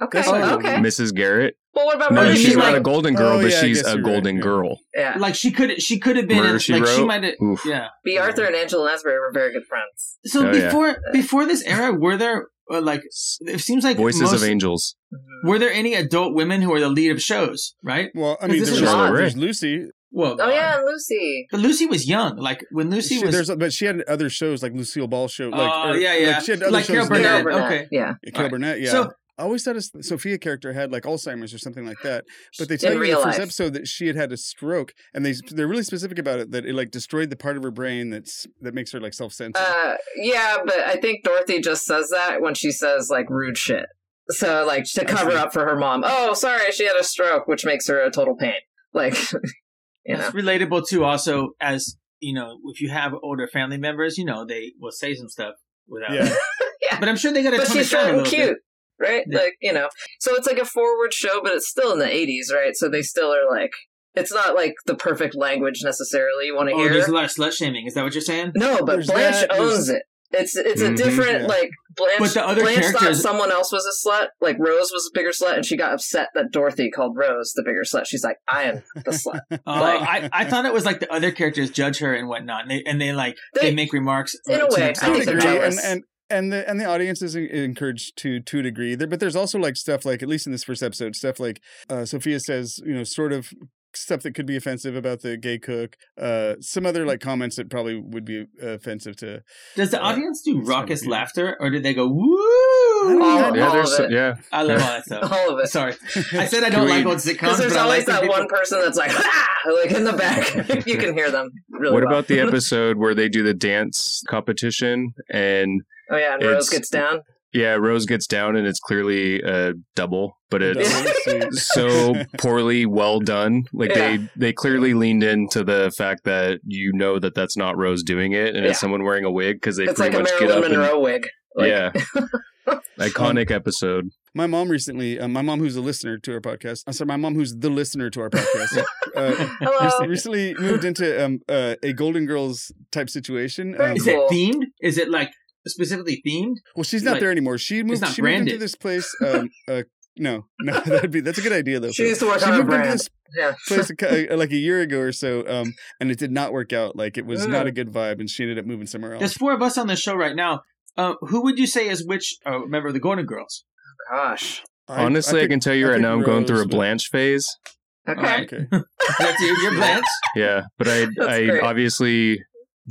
S2: Okay.
S1: That's not-
S2: okay.
S4: Mrs. Garrett.
S2: well, what about
S4: No,
S2: Murder
S3: Murder,
S4: she's
S3: She
S4: not
S2: Like,
S4: a Golden Girl,
S1: Oh,
S4: but
S1: yeah, I
S4: she's
S1: guess
S4: a
S1: you're right,
S4: Golden
S1: yeah.
S4: Girl.
S2: yeah.
S3: Like she could she could have been
S4: Murder,
S3: in,
S4: She
S3: like she
S4: Wrote?
S3: might have
S4: Oof.
S3: yeah.
S2: B. Arthur and Angela Lansbury were very good friends.
S3: So
S4: Oh, yeah.
S3: before before this era, were there uh, like it seems like
S4: Voices
S3: most,
S4: of Angels.
S2: Mhm.
S3: were there any adult women who were the lead of shows? Right.
S1: Well, I
S3: Is
S1: mean,
S3: this
S1: there
S4: a
S1: was-
S4: Charlotte
S1: there's Lucy.
S3: Well,
S2: Oh
S3: God.
S2: yeah, and Lucy.
S3: But Lucy was young. Like when Lucy
S1: She,
S3: was.
S1: there's, but she had other shows like Lucille Ball show. Like,
S3: Oh,
S1: or-
S3: yeah, yeah.
S1: Like, she had other
S3: Like
S1: shows.
S3: Carol Burnett.
S1: that-
S2: Carol Burnett.
S3: okay.
S2: Yeah.
S1: Yeah, Carol
S3: Alright.
S1: Burnett, yeah.
S3: So-
S1: I always thought his Sophia character had like Alzheimer's or something like that, but they
S2: In
S1: tell you in the
S2: real
S1: first
S2: life.
S1: episode that she had had a stroke, and they
S2: Mm-hmm.
S1: they're really specific about it that it like destroyed the part of her brain that's that makes her like self sensitive.
S2: Uh, yeah, but I think Dorothy just says that when she says like rude shit. So like to cover
S1: see.
S2: up for her mom. Oh, sorry, she had a stroke, which makes her a total pain. Like, you know,
S3: That's relatable too. Also, as you know, if you have older family members, you know they will say some stuff without.
S1: yeah,
S3: But I'm sure they got a
S2: but
S3: ton of
S2: she's
S3: time
S2: short
S3: a
S2: and
S3: little
S2: cute,
S3: bit.
S2: right?
S3: Yeah.
S2: Like you know, so it's like a forward show, but it's still in the '80s, right? So they still are like, it's not like the perfect language necessarily you want to
S3: Oh,
S2: hear.
S3: there's a lot of slut shaming. Is that what you're saying?
S2: No, but
S1: There's
S2: Blanche
S1: that, there's-
S2: owns it. It's it's a
S4: Mhm,
S2: different
S1: yeah.
S2: like Blanche.
S3: Mm-hmm. But the other
S2: Blanche thought
S3: characters-
S2: someone else was a slut. Like Rose was a bigger slut, and she got upset that Dorothy called Rose the bigger slut. She's like, I am the slut.
S3: Uh, I, I thought it was like the other characters judge her and whatnot, and they and they like they,
S2: They-
S3: make remarks
S2: in a
S3: to
S2: way,
S1: to a
S2: I
S3: themselves
S2: think they're
S1: degree,
S3: about-
S1: and,
S2: jealous.
S1: and and the and the audience is en- encouraged to to a degree. There, but there's also like stuff like at least in this first episode, stuff like uh, Sophia says, you know, sort of stuff that could be offensive about the gay cook. Uh, some other like comments that probably would be offensive to.
S3: Does the
S1: Yeah.
S3: audience do
S1: It's
S3: raucous
S1: confusing.
S3: laughter or did they go woo?
S1: I
S2: All,
S1: don't
S4: Yeah,
S2: all
S4: there's
S2: of
S4: so,
S2: it.
S4: yeah.
S3: I love all that stuff.
S2: All of it.
S3: Sorry, I said I don't
S4: Can
S3: like
S4: we-
S3: old sitcoms,
S2: Because there's
S3: but I
S2: always
S3: like
S2: that
S3: the people-
S2: one person that's like, ah! like in the back. you can hear them. Really
S4: What
S2: well.
S4: about the episode where they do the dance competition and
S2: Oh yeah, and Rose
S4: It's-
S2: gets down.
S4: yeah, Rose gets down and it's clearly a double, but it's so poorly well done. Like they they clearly leaned into the fact that you know that that's not Rose doing it, and
S2: Yeah.
S4: it's someone wearing a wig because they
S2: It's like
S4: pretty
S2: a
S4: much get up
S2: Marilyn Monroe wig.
S4: and
S2: Like,
S4: yeah, iconic episode.
S1: My mom recently, uh, my mom who's a listener to our podcast. I'm sorry, my mom who's the listener to our podcast. uh, rec-
S2: Hello.
S1: recently moved into um, uh, a Golden Girls type situation.
S2: Very
S1: Um,
S3: Is it themed? Is it like specifically themed?
S1: well, she's not
S3: like-
S1: there anymore. She moved.
S3: not
S1: She moved into
S3: branded.
S1: this place. Um, uh, no, no, that'd be that's a good idea though.
S2: She
S1: Phil.
S2: needs to work
S1: she
S2: on her
S1: moved into
S2: brand.
S1: this
S2: Yeah.
S1: place a cou- uh, like a year ago or so, um, and it did not work out. Like it was not a good vibe, and she ended up moving somewhere
S3: There's
S1: else.
S3: four oh, of us on the show right now. Uh, who would you say is which uh, member of the Golden Girls?
S2: Gosh.
S1: I-
S4: Honestly, I,
S1: picked-
S4: can tell you
S1: I
S4: right
S1: picked
S4: now, I'm going through
S1: Rose,
S4: a
S1: but-
S4: Blanche phase.
S2: Okay.
S3: Alright.
S1: Okay.
S3: That's you. You're Blanche.
S4: Yeah, but I, I
S2: great.
S4: obviously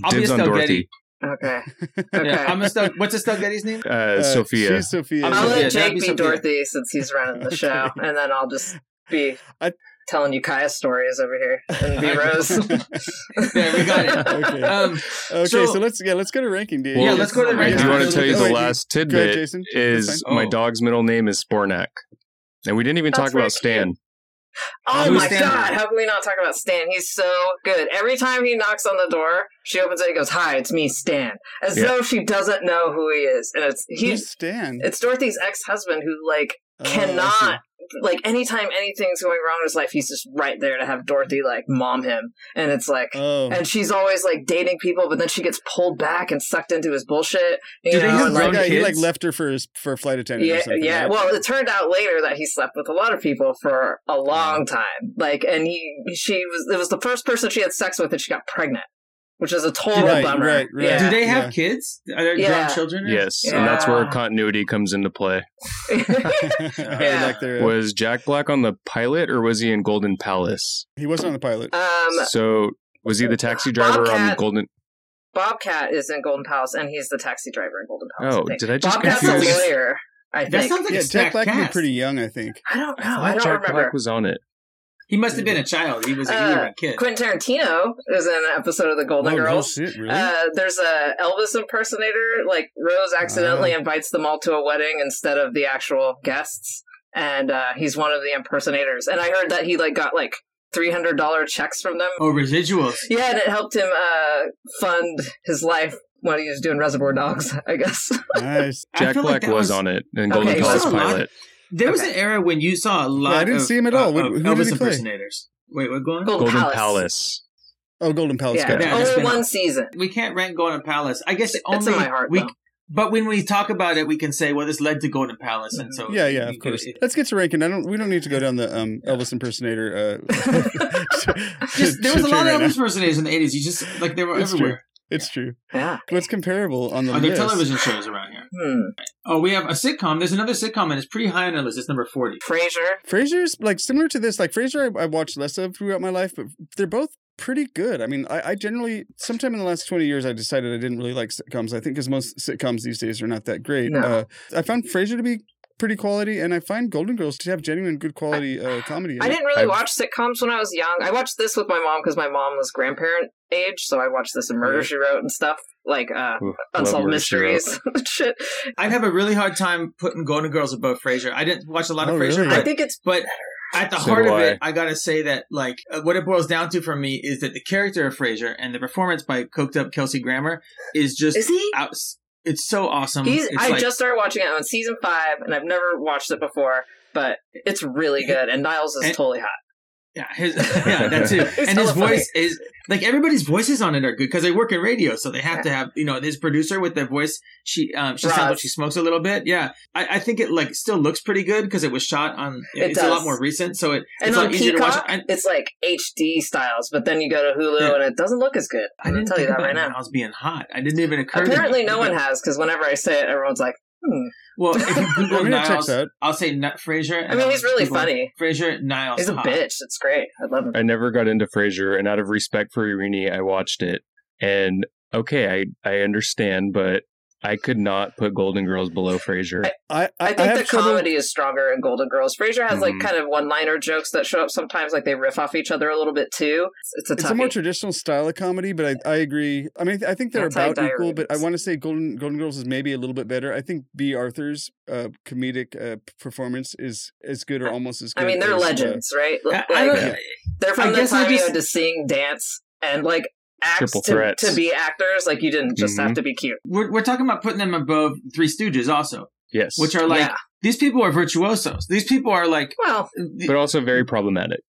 S3: Obvious
S4: dibs on Dorothy.
S3: Delgetti.
S2: Okay. Okay.
S3: Yeah, I'm a Stug- What's a Stuggetti's name?
S4: Uh,
S1: Uh,
S4: Sophia.
S1: she's Sophia.
S3: I'm
S2: I'll
S3: Sophia,
S2: let
S3: that'd
S2: Jake be
S3: be Sophia.
S2: Dorothy since he's running the show, and then I'll just be
S1: I-
S2: telling you Kaya stories over here and be
S3: I-
S2: Rose.
S3: There, we got it.
S1: Okay.
S3: Um,
S1: okay,
S3: So-
S1: so, let's yeah, let's go to ranking, dude.
S4: Yeah, Well,
S3: let's go to
S1: I
S3: ranking.
S4: I
S1: just
S4: do want to
S3: Yeah.
S4: tell you
S1: Oh,
S4: the
S1: wait,
S4: last
S1: Go ahead,
S4: tidbit
S1: Jason. That's
S4: is
S3: fine.
S4: my
S3: Oh.
S4: dog's middle name is Spornak. And we didn't even
S2: That's
S4: talk about
S2: very
S4: Stan.
S2: oh
S3: Who's
S2: my
S3: Stan?
S2: god, how can we not talk about Stan? He's so good. Every time he knocks on the door, she opens it and goes, Hi, it's me, Stan. As
S4: Yeah.
S2: though she doesn't know who he is. And it's
S1: Who's
S2: he's
S1: Stan?
S2: it's Dorothy's ex husband who like
S1: Oh, I see.
S2: cannot like anytime anything's going wrong in his life, he's just right there to have Dorothy like mom him. And it's like
S1: Oh,
S2: and she's always like dating people, but then she gets pulled back and sucked into his bullshit. You
S3: Do they
S2: know,
S3: have
S2: and,
S1: That
S3: grown
S2: like,
S1: guy, he like
S3: kids?
S1: left her for his for a flight attendant. or
S2: yeah,
S1: something,
S2: yeah.
S1: right?
S2: Well, it turned out later that he slept with a lot of people for a long time. Like, and he, she was, it was the first person she had sex with, and she got pregnant, which is a total
S1: Right,
S2: bummer.
S1: right, right.
S2: Yeah.
S3: Do they have
S1: Yeah.
S3: kids? Are there
S2: Yeah.
S3: grown children?
S4: Yes, and that's where
S2: Yeah.
S4: continuity comes into play.
S1: yeah. Like there, uh,
S4: Was Jack Black on the pilot or was he in Golden Palace?
S1: he wasn't on the pilot.
S2: um,
S4: so was he the taxi driver on
S2: Bobcat.
S4: Golden?
S2: Bobcat is in Golden Palace, and he's the taxi driver in Golden Palace.
S4: Oh,
S2: I think.
S4: did I just
S2: Bobcat's
S4: confuse?
S2: a lawyer. I
S3: That
S2: think.
S3: sounds like
S1: yeah,
S3: a
S1: Jack
S3: stacked
S1: Black would be
S3: cast.
S1: pretty young, I think.
S2: I don't
S4: I
S2: know.
S4: thought
S2: I, don't
S4: Jack
S2: remember.
S4: Black was on it.
S3: He must have been a child. He was
S2: Uh,
S3: a, he was a kid.
S2: Quentin Tarantino is in an episode of The Golden
S1: Oh, no
S2: Girls.
S1: shit, really?
S2: Uh, there's a Elvis impersonator. Like Rose accidentally invites them all to a wedding instead of the actual guests, and uh, he's one of the impersonators. And I heard that he like got like three hundred dollar checks from them.
S3: Oh, residuals.
S2: Yeah, and it helped him uh, fund his life when he was doing Reservoir Dogs. I guess.
S1: nice.
S3: I
S4: Jack
S3: feel like
S4: Black
S3: that
S4: was, on it in
S2: Okay,
S4: Golden
S2: he was
S4: Palace
S3: on a lot of-
S4: pilot.
S3: There was
S2: Okay.
S3: an era when you saw a lot.
S1: didn't
S3: of, uh,
S1: see him at all. What-
S3: of
S1: who did
S3: Elvis
S1: he play?
S3: impersonators. Wait, we're going.
S2: Golden,
S4: Golden Palace.
S2: Palace.
S1: Oh, Golden Palace.
S2: Yeah,
S1: gotcha.
S3: Yeah, it's
S2: only
S3: been-
S2: one season.
S3: We can't rank Golden Palace. I guess only
S2: It's in my heart.
S3: we.
S2: though.
S3: But when we talk about it, we can say, "Well, this led to Golden Palace," and so
S1: Yeah, yeah, of
S3: you-
S1: course.
S3: it-
S1: Let's get to ranking. I don't. We don't need to go down the um, Elvis impersonator. Uh,
S3: Just, there was a
S1: train
S3: lot
S1: right
S3: of
S1: now.
S3: Elvis impersonators in the '80s. You just like they were
S1: It's true.
S3: everywhere.
S1: It's true.
S2: Yeah.
S1: What's comparable on the
S3: Are there
S1: list?
S3: television shows around here?
S2: Hmm.
S3: Oh, we have a sitcom. There's another sitcom, and it's pretty high on the list. It's number forty.
S2: Frasier.
S1: Frasier's like similar to this. Like Frasier, I, I watched less of throughout my life, but they're both pretty good. I mean, I, I generally, sometime in the last twenty years, I decided I didn't really like sitcoms. I think because most sitcoms these days are not that great.
S2: No.
S1: Uh, I found Frasier to be pretty quality, and I find Golden Girls to have genuine good quality uh, comedy. in
S2: I
S1: it.
S2: didn't really
S4: I've-
S2: watch sitcoms when I was young. I watched this with my mom because my mom was grandparent age, so I watched this and Murder
S1: Yeah.
S2: She Wrote and stuff like uh,
S4: Ooh, love
S2: Unsolved
S4: Murder, She Wrote.
S2: Mysteries shit.
S3: I'd have a really hard time putting Golden Girls above Frasier. I didn't watch a lot of
S1: Oh,
S3: Frasier,
S1: really?
S3: but
S2: I think it's
S3: But at the
S4: So
S3: heart
S4: do
S3: of it, I gotta say that like uh, what it boils down to for me is that the character of Frasier and the performance by coked up Kelsey Grammer is just
S2: is he?
S3: out. It's so awesome.
S2: He's.
S3: Um, It's
S2: I
S3: like-
S2: just started watching it on season five, and I've never watched it before, but it's really good. And Niles is
S3: And-
S2: totally hot.
S3: yeah, his, yeah, that too.
S2: It's
S3: and his
S2: so funny.
S3: voice is like everybody's voices on it are good because they work in radio, so they have to have you know this producer with their voice. She um she sounds
S2: Roz.
S3: like she smokes a little bit. Yeah, I, I think it like still looks pretty good because it was shot on.
S2: It
S3: it's a lot
S2: does.
S3: more recent, so it
S2: And
S3: it's a
S2: on
S3: lot easier to watch.
S2: Peacock,
S3: I-
S2: it's like HD styles, but then you go to Hulu,
S3: Yeah.
S2: and it doesn't look as good.
S3: I
S2: I'm gonna
S3: didn't
S2: tell you
S3: think
S2: that right
S3: about
S2: now.
S3: Niles being hot. I didn't even occur. to me.
S2: Apparently, no one
S3: But-
S2: has because whenever I say it, everyone's like, "Hmm."
S3: Well, if you Google
S1: I mean, it checks
S3: Niles,
S1: out.
S3: I'll say Nut Frasier.
S2: I mean, he's really funny.
S3: Frasier Niles.
S2: He's a
S3: Hot.
S2: bitch. It's great. I love him.
S4: I never got into Frasier, and out of respect for Irini, I watched it. And okay, I I understand, but I could not put Golden Girls below Frasier.
S1: I, I,
S2: I
S1: I
S2: think
S1: have
S2: the
S1: trouble-
S2: comedy is stronger in Golden Girls. Frasier has like
S3: Mm-hmm.
S4: Mhm.
S2: kind of one-liner jokes that show up sometimes, like they riff off each other a little bit too. It's, it's a
S1: It's
S2: tough.
S1: a more traditional style of comedy, but I, I agree. I mean, I think they're about
S2: Anti-diuretics.
S1: equal, but I want to say Golden Golden Girls is maybe a little bit better. I think B. Arthur's uh, comedic uh, p- performance is as good or almost as good.
S2: I mean, they're
S1: as, uh,
S2: legends, right?
S3: I,
S2: Like,
S3: I don't.
S1: Yeah.
S2: they're from
S3: I
S2: the
S3: guess I
S2: time you
S3: just-
S2: had to sing, dance, and like acts
S4: Triple
S2: to,
S4: threats.
S2: to be actors. Like you didn't just have
S4: Mhm.
S2: to be cute.
S3: We're, we're talking about putting them above Three Stooges, also,
S4: yes,
S3: which are like
S2: yeah.
S3: these people are virtuosos. These people are like,
S2: Well,
S4: but also very problematic.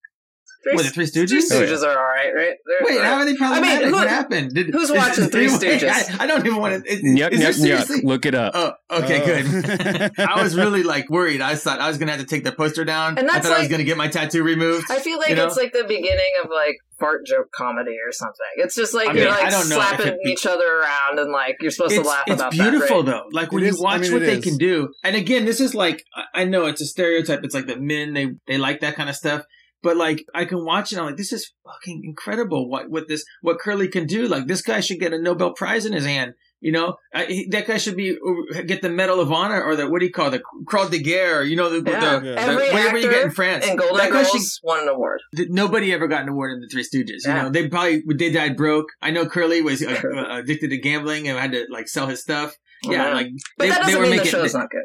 S2: Three,
S3: Wait, the Three Stooges?
S2: Three
S1: Oh, yeah.
S2: Stooges are all right, right? They're,
S3: Wait,
S2: they're-
S3: how are they problematic?
S2: who-
S3: what happened? Did,
S2: who's
S3: is it
S2: watching Three
S3: three-way?
S2: Stooges?
S3: I, I don't even want to. Is,
S4: Yuck,
S3: is there
S4: yuck, yuck.
S3: seriously?
S4: Look it up.
S3: Oh, okay,
S1: Oh.
S3: good. I was really like worried. I thought I was gonna have to take that poster down.
S2: And
S3: I
S2: that's
S3: thought I was
S2: like-
S3: gonna get my tattoo removed.
S2: I feel like
S3: You know?
S2: it's like the beginning of like fart joke comedy or something. It's just like
S3: I
S2: you're
S3: mean, I
S2: like
S3: don't know if
S2: slapping
S3: it be-
S2: each other around and like you're supposed to
S3: it's,
S2: laugh
S3: it's
S2: about
S3: beautiful
S2: that.
S3: though like
S1: It
S3: when you
S1: is- I
S3: watch
S1: mean,
S3: what
S1: it
S3: they
S1: is.
S3: can do and again this is like I- i know it's a stereotype it's like the men they they like that kind of stuff but like i can watch it and i'm like this is fucking incredible what what this what curly can do like this guy should get a nobel prize in his hand you know I, he, that guy should be uh, get the medal of honor or the what do you call it the croix de guerre you know the,
S2: Yeah.
S3: the,
S1: Yeah.
S3: the-
S2: Every
S3: whatever you get
S2: actor
S3: in france
S2: And Golden
S3: that guy
S2: Girls
S3: should
S2: won an award.
S3: that nobody ever got an award in the Three Stooges.
S2: Yeah.
S3: You know, they probably they died broke. I know Curly was uh, uh, addicted to gambling and had to like sell his stuff. Yeah,
S2: Mhm.
S3: like
S2: but
S3: they,
S2: that
S3: they
S2: doesn't
S3: were
S2: mean the
S3: making
S2: show's not good.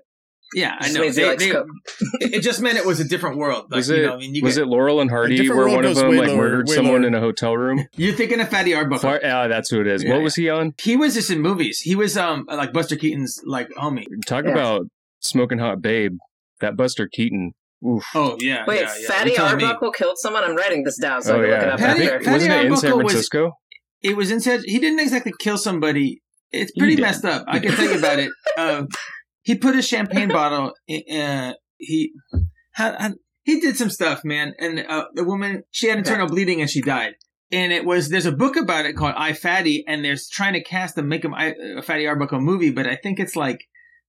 S3: yeah, I
S2: Just
S3: know.
S2: means he
S3: They-
S2: likes
S3: they-
S2: Coke.
S3: it it just meant it was a different world. Like
S4: Was
S3: you
S4: it-
S3: know, I mean, you
S4: was
S3: get,
S4: it Laurel and Hardy
S1: different
S4: where
S1: world
S4: one of
S1: goes
S4: them
S1: way
S4: like
S1: lower,
S4: murdered
S1: way
S4: someone
S1: lower.
S4: in a hotel room?
S3: you're thinking of Fatty Arbuckle.
S4: Far, ah, that's who it is.
S3: Yeah,
S4: what
S3: yeah.
S4: was he on?
S3: he was just in movies. He was um like Buster Keaton's like homie.
S4: Talk
S2: Yeah.
S4: about smoking hot babe. That Buster Keaton. Oof.
S3: Oh yeah,
S2: Wait,
S3: yeah, yeah.
S2: Fatty
S3: You're telling me.
S2: Arbuckle killed someone? I'm writing this down so
S4: oh
S2: I can look it
S4: yeah.
S2: up
S4: I
S3: Patty-
S4: think
S2: after.
S3: Patty
S4: wasn't it in San
S3: Arbuckle was-
S4: Francisco?
S3: It was in such. He didn't exactly kill somebody. It's
S4: He
S3: pretty
S4: did.
S3: messed up. I can tell you about it. Uh, he put a champagne bottle. In, uh, he how, how- he did some stuff, man. And uh, the woman she had internal bleeding and she died. And it was there's a book about it called I Fatty, and they're trying to cast a make him I, a Fatty Arbuckle movie, but I think it's like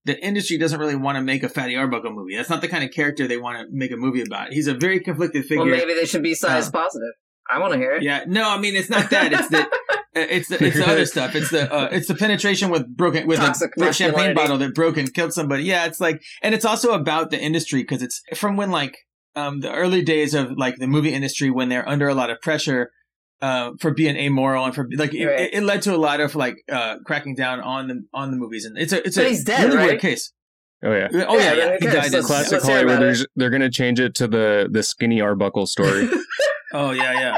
S3: the industry doesn't really want to make a Fatty Arbuckle movie. That's not the kind of character they want to make a movie about. He's a very conflicted figure.
S2: Well, maybe they should be size positive. I want to hear it.
S3: Yeah, no, I mean it's not that. It's the uh, it's the it's the other stuff. It's the uh, it's the penetration with broken with
S2: Toxic
S3: a champagne
S2: masculinity.
S3: bottle that broke and killed somebody. Yeah, it's like, and it's also about the industry because it's from when like um the early days of like the movie industry when they're under a lot of pressure. Uh, for being amoral and for like it,
S2: Right.
S3: it, it led to a lot of like uh cracking down on the on the movies and it's a it's
S2: But
S3: a
S2: he's dead,
S3: really weird
S2: right?
S3: case
S4: Oh yeah.
S3: oh
S2: Yeah,
S3: yeah, yeah.
S2: then
S3: he
S2: who cares?
S3: died in
S2: Let's-
S4: Classic
S2: let's hear about
S4: Hollywood.
S2: it.
S4: They're, they're gonna change it to the the skinny Arbuckle story.
S3: oh yeah yeah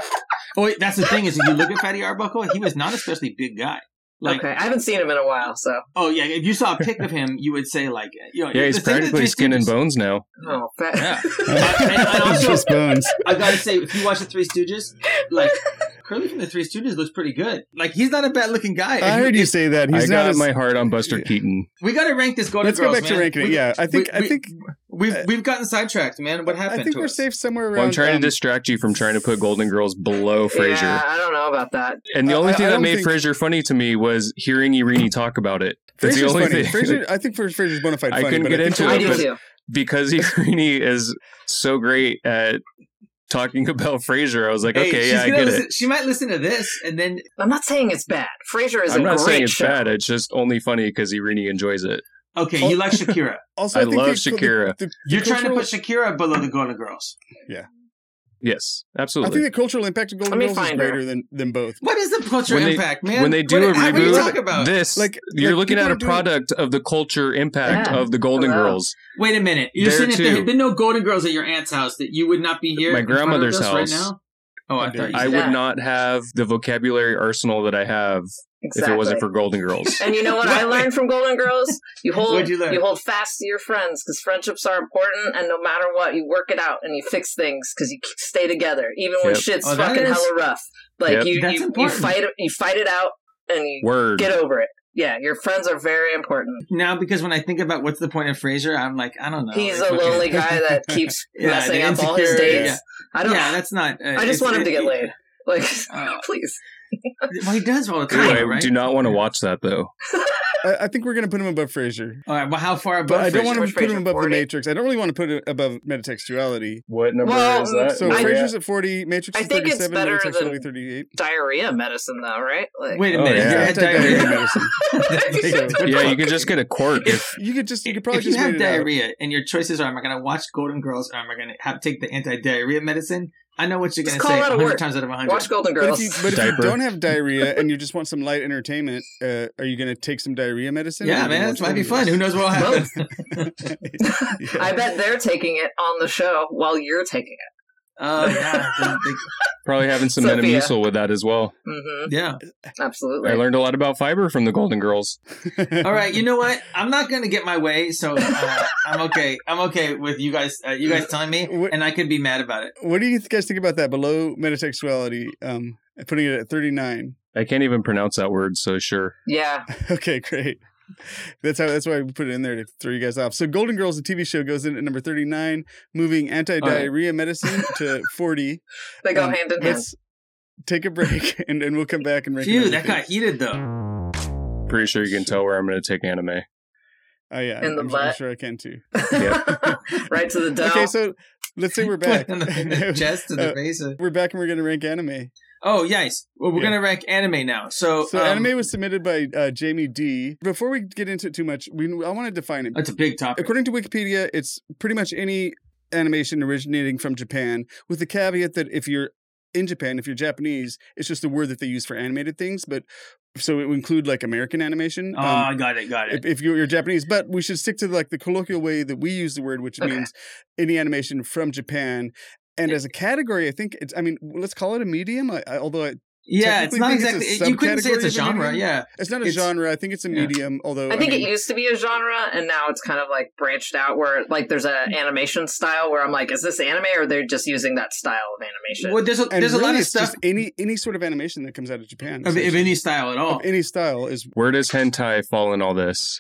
S3: oh wait, that's the thing is if you look at Fatty Arbuckle he was not especially big guy like
S2: okay, I haven't seen him in a while, so
S3: Oh yeah, if you saw a pic of him, you would say like, you know,
S4: yeah, he's
S3: the thing with
S4: practically
S3: Three
S4: skin and
S3: Stooges-
S4: bones now.
S2: oh, fat.
S3: Yeah. And- and also-
S1: just bones.
S3: I gotta say, if you watch the Three Stooges, like Curly from the Three Stooges looks pretty good. Like he's not a bad looking guy. If
S1: I heard you say that.
S4: He's I
S1: He's
S4: got
S1: not as.
S4: my heart on Buster
S1: Yeah.
S4: Keaton.
S3: We gotta rank this Golden
S1: Let's go
S3: Girls,
S1: back to
S3: man.
S1: ranking it.
S3: We-
S1: Yeah, I think I
S3: we- we-
S1: think
S3: We've
S1: uh,
S3: we've gotten sidetracked, man. What happened?
S1: I think
S3: to
S1: we're
S3: us?
S1: safe somewhere around.
S4: Well, I'm trying
S1: um,
S4: to distract you from trying to put Golden Girls below Frasier.
S2: Yeah, I don't know about that.
S4: And the
S1: I-
S4: only
S1: I-
S4: thing
S1: I
S4: that
S1: don't
S4: made
S1: think-
S4: Frasier funny to me was hearing Irene talk about it. That's the
S1: Frasier's
S4: only
S1: funny.
S4: thing.
S1: Frasier- I think Frasier's bona fide
S4: I
S1: funny.
S4: couldn't
S1: but
S4: get
S1: think
S4: into
S1: a
S4: it,
S2: I
S1: lot
S2: do
S1: of
S4: but-
S2: too.
S4: because Irene is so great at talking about Frasier, I was like,
S3: Hey,
S4: okay,
S3: she's
S4: yeah, I
S3: gonna
S4: get
S3: listen,
S4: it.
S3: She might listen to this, and then
S2: I'm not saying it's bad. Frasier is
S4: I'm
S2: a
S4: not
S2: great
S4: saying it's
S2: show.
S4: bad. It's just only funny because Irene enjoys it.
S3: okay,
S1: Oh.
S3: you like Shakira.
S1: Also,
S4: I
S1: think
S4: love
S1: they-
S4: Shakira.
S1: the- the
S3: You're trying to
S1: cultural-
S3: put Shakira below the Golden Girls.
S4: Yes,
S1: I
S4: absolutely.
S1: think the cultural impact of Golden
S2: Let me
S1: Girls is
S2: find her.
S1: greater than than both.
S3: What is the culture
S4: When they-
S3: impact, man?
S4: when they do
S3: What-
S4: a
S3: how- what are you
S4: reboot,
S3: talking about?
S4: This,
S1: Like-
S4: like, you're
S1: like
S4: looking
S1: people
S4: at
S1: are
S4: a
S1: doing-
S4: product of the culture impact
S2: Yeah.
S4: of the Golden
S2: Hello.
S4: Girls.
S3: Wait a minute. You're
S4: There
S3: saying if there
S4: too.
S3: had been no Golden Girls at your aunt's house, that you would not be here.
S4: My
S3: in front of
S4: grandmother's
S3: us
S4: house.
S3: right now. Oh, I thought you
S4: I
S3: said-
S2: Yeah.
S4: would not have the vocabulary arsenal that I have
S2: Exactly.
S4: if it wasn't for Golden Girls.
S2: and you know what I learned from Golden Girls? You hold
S3: What'd you
S2: you,
S3: learn?
S2: hold fast to your friends because friendships are important, and no matter what, you work it out and you fix things because you k- stay together even when
S4: Yep.
S2: shit's
S3: Oh, that
S2: fucking
S3: is-
S2: hella rough. Like
S4: Yep.
S2: you,
S3: That's
S2: you, you
S3: important.
S2: fight it- you fight it out and you
S4: Word.
S2: get over it. Yeah, your friends are very important.
S3: now because when I think about what's the point of Frasier, I'm like, I don't know.
S2: He's
S3: Like,
S2: a
S3: fucking-
S2: lonely guy that keeps
S3: Yeah,
S2: messing
S3: the
S2: up all his
S3: insecure-
S2: dates.
S3: yeah.
S2: I don't.
S3: yeah, that's not. uh,
S2: I
S3: it's-
S2: just want him
S3: it-
S2: to get
S3: it-
S2: laid. Like,
S3: Uh,
S2: please.
S3: well, he does all the
S4: Ooh,
S3: time,
S4: I
S3: right?
S4: do not want to watch that though.
S1: I, I think we're gonna put him above Frasier.
S3: All right. Well, how far above?
S1: But I don't
S3: Frasier?
S1: want to
S2: Where's
S1: put him
S2: Frasier?
S1: above
S2: 40?
S1: the Matrix. I don't really want to put it above metatextuality.
S4: What
S2: number Well, is that?
S1: So
S2: I-
S1: Frasier's at forty, Matrix
S2: Uh, I
S1: is
S2: think it's
S1: thirty-seven,
S2: better
S1: metatextuality
S2: than-
S1: thirty-eight.
S2: Diarrhea medicine, though, right? Like,
S3: Wait a
S4: Oh,
S3: minute. You
S4: yeah.
S1: Yeah,
S3: had
S1: it's like diarrhea
S3: diarrhea.
S1: medicine.
S4: Yeah, you could just get a quirk. If,
S1: You could just you could
S3: If-
S1: probably
S3: if you
S1: just
S3: have
S1: wait it out.
S3: diarrhea and your choices are, am I going to watch Golden Girls or am I going to have take the anti-diarrhea medicine? I know what you're going
S2: Just
S3: to
S2: call
S3: say.
S2: it a
S3: 100
S2: word.
S3: times out of 100.
S2: watch Golden
S1: But if
S2: Girls.
S1: you but if you
S4: Diaper.
S1: don't have diarrhea and you just want some light entertainment, uh, are you gonna take some diarrhea medicine?
S3: yeah,
S1: Or do you
S3: man,
S1: watch
S3: it might be
S1: Golden
S3: fun. Who knows what will happen?
S1: Girls?
S2: I bet they're taking it on the show while you're taking it.
S3: Oh yeah, Didn't think-
S4: Probably having some
S2: Sophia.
S4: Metamucil with that as well.
S2: hmm
S3: yeah.
S2: Absolutely.
S4: I learned a lot about fiber from the Golden Girls.
S3: All right, you know what? I'm not gonna get my way, so uh, I'm okay. I'm okay with you guys. Uh, you guys telling me,
S1: What-
S3: and I could be mad about it.
S1: What do you guys think about that below metatextuality? Um, putting it at thirty nine.
S4: I can't even pronounce that word, so sure.
S2: Yeah.
S1: Okay, great. That's how. That's why we put it in there to throw you guys off. So, Golden Girls, the TV show, goes in at number thirty nine, moving anti diarrhea medicine to forty.
S2: They go
S1: Um,
S2: hand in hand.
S1: Let's take a break, and, and we'll come back and
S3: Phew,
S1: recommend.
S3: that got heated though.
S4: Pretty sure you can tell where I'm going to take anime.
S1: Oh yeah,
S2: in
S1: I'm, I'm
S2: the
S1: sure- I'm
S2: butt.
S1: sure I can too.
S2: right to the dome.
S1: Okay, so let's say we're back.
S3: in the, in the chest and the
S1: Uh,
S3: face. of-
S1: we're back, and we're gonna rank anime.
S3: Oh yes, well, we're
S1: yeah.
S3: gonna rank anime now. So,
S1: So,
S3: um,
S1: anime was submitted by uh, Jamie D. Before we get into it too much, we I want to define it.
S3: That's a big topic.
S1: According to Wikipedia, it's pretty much any animation originating from Japan, with the caveat that if you're in Japan, if you're Japanese, it's just a word that they use for animated things. But so it would include like American animation.
S3: Oh,
S1: um,
S3: I got it, got
S1: if,
S3: it.
S1: if you're, you're Japanese, but we should stick to like the colloquial way that we use the word, which
S2: Okay.
S1: means any animation from Japan. And as a category, I think it's, I mean, let's call it a medium, I, I, although I,
S3: Yeah, it's
S1: technically
S3: not
S1: think it's a
S3: exactly. you couldn't say
S1: subcategory
S3: it's a
S1: of anime.
S3: genre. Yeah,
S1: it's not a
S3: It's-
S1: genre. I think it's a
S3: yeah.
S1: medium, although
S2: I think
S1: mean,
S2: it used to be a genre, and now it's kind of like branched out where like there's a animation style where I'm like, is this anime or they're just using that style of animation?
S3: well, there's a,
S1: and
S3: there's a
S1: really
S3: lot of
S1: it's
S3: stuff
S1: Just any, any sort of animation that comes out of Japan.
S3: of, of
S1: essentially.
S3: any style at all.
S1: of any style is
S4: Where does hentai fall in all this?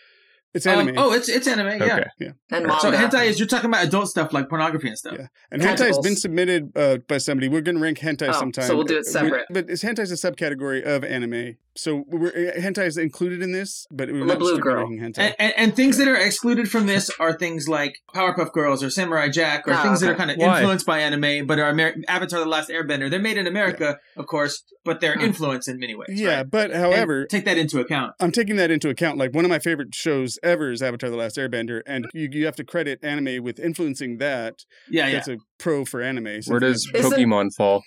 S1: it's
S3: Um,
S1: anime.
S3: oh, it's it's anime. Yeah.
S4: Okay.
S2: and
S3: So
S2: manga.
S3: hentai is you're talking about adult stuff like pornography and stuff.
S1: Yeah. and hentai has
S2: tentacles.
S1: been submitted uh, by somebody. We're going to rank hentai
S2: Oh, so
S1: sometime.
S2: we'll do it
S1: We-
S2: separate.
S1: but it's hentai is a subcategory of anime, so we're, uh, hentai is included in this. But we're
S2: The
S1: not
S2: Blue
S1: strictly
S2: Girl.
S1: ranking hentai.
S3: And, and, and things that are excluded from this are things like Powerpuff Girls or Samurai Jack or
S2: Oh,
S3: things that are
S2: okay.
S3: kind of
S4: Why?
S3: influenced by anime, but are Amer- Avatar: The Last Airbender. They're made in America, of course, but they're
S2: Hmm.
S3: influenced in many ways.
S1: yeah,
S3: right?
S1: but
S3: And
S1: however,
S3: take that into account.
S1: I'm taking that into account. Like one of my favorite shows ever is Avatar: The Last Airbender, and you, you have to credit anime with influencing that.
S3: Yeah, yeah.
S1: That's a pro for anime.
S4: Where
S1: since
S4: does
S1: it-
S2: Is it-
S4: Pokemon fall?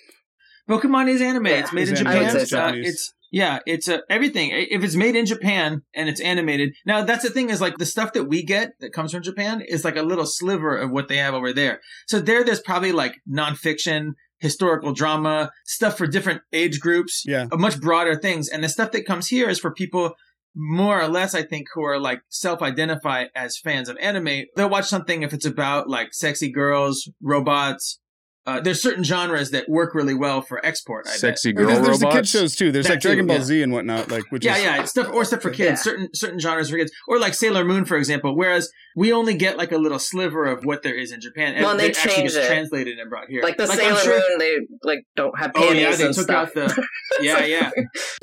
S3: Pokemon is anime.
S2: Yeah.
S3: it's made
S1: It's
S3: in
S1: anime.
S2: I would say
S3: Japan. It's,
S1: so.
S3: uh,
S1: Japanese.
S3: it's yeah, it's uh, everything. I- If it's made in Japan and it's animated, now that's the thing is like the stuff that we get that comes from Japan is like a little sliver of what they have over there. So there, there's probably like nonfiction, historical drama, stuff for different age groups,
S1: Yeah.
S3: uh, much broader things. And the stuff that comes here is for people more or less, I think, who are like self-identify as fans of anime. They'll watch something if it's about like sexy girls, robots. Uh, there's certain genres that work really well for export. I bet.
S4: Sexy
S1: Or
S4: girl
S1: there's, there's
S4: robots?
S1: the kid shows too. There's
S3: That
S1: like Dragon
S3: too,
S1: Ball
S3: yeah.
S1: Z and whatnot. Like which
S3: yeah,
S1: is
S3: yeah, it's stuff or stuff for kids.
S2: Yeah.
S3: Certain certain genres for kids, or like Sailor Moon, for example. Whereas we only get like a little sliver of what there is in Japan, and
S2: Well, and they
S3: it actually
S2: change
S3: gets
S2: it.
S3: translated and brought here.
S2: like the
S3: I'm
S2: Sailor
S3: sure-
S2: Moon, they like don't have
S3: Oh
S2: panties
S3: yeah, they
S2: and
S3: took
S2: stuff.
S3: out the yeah, yeah.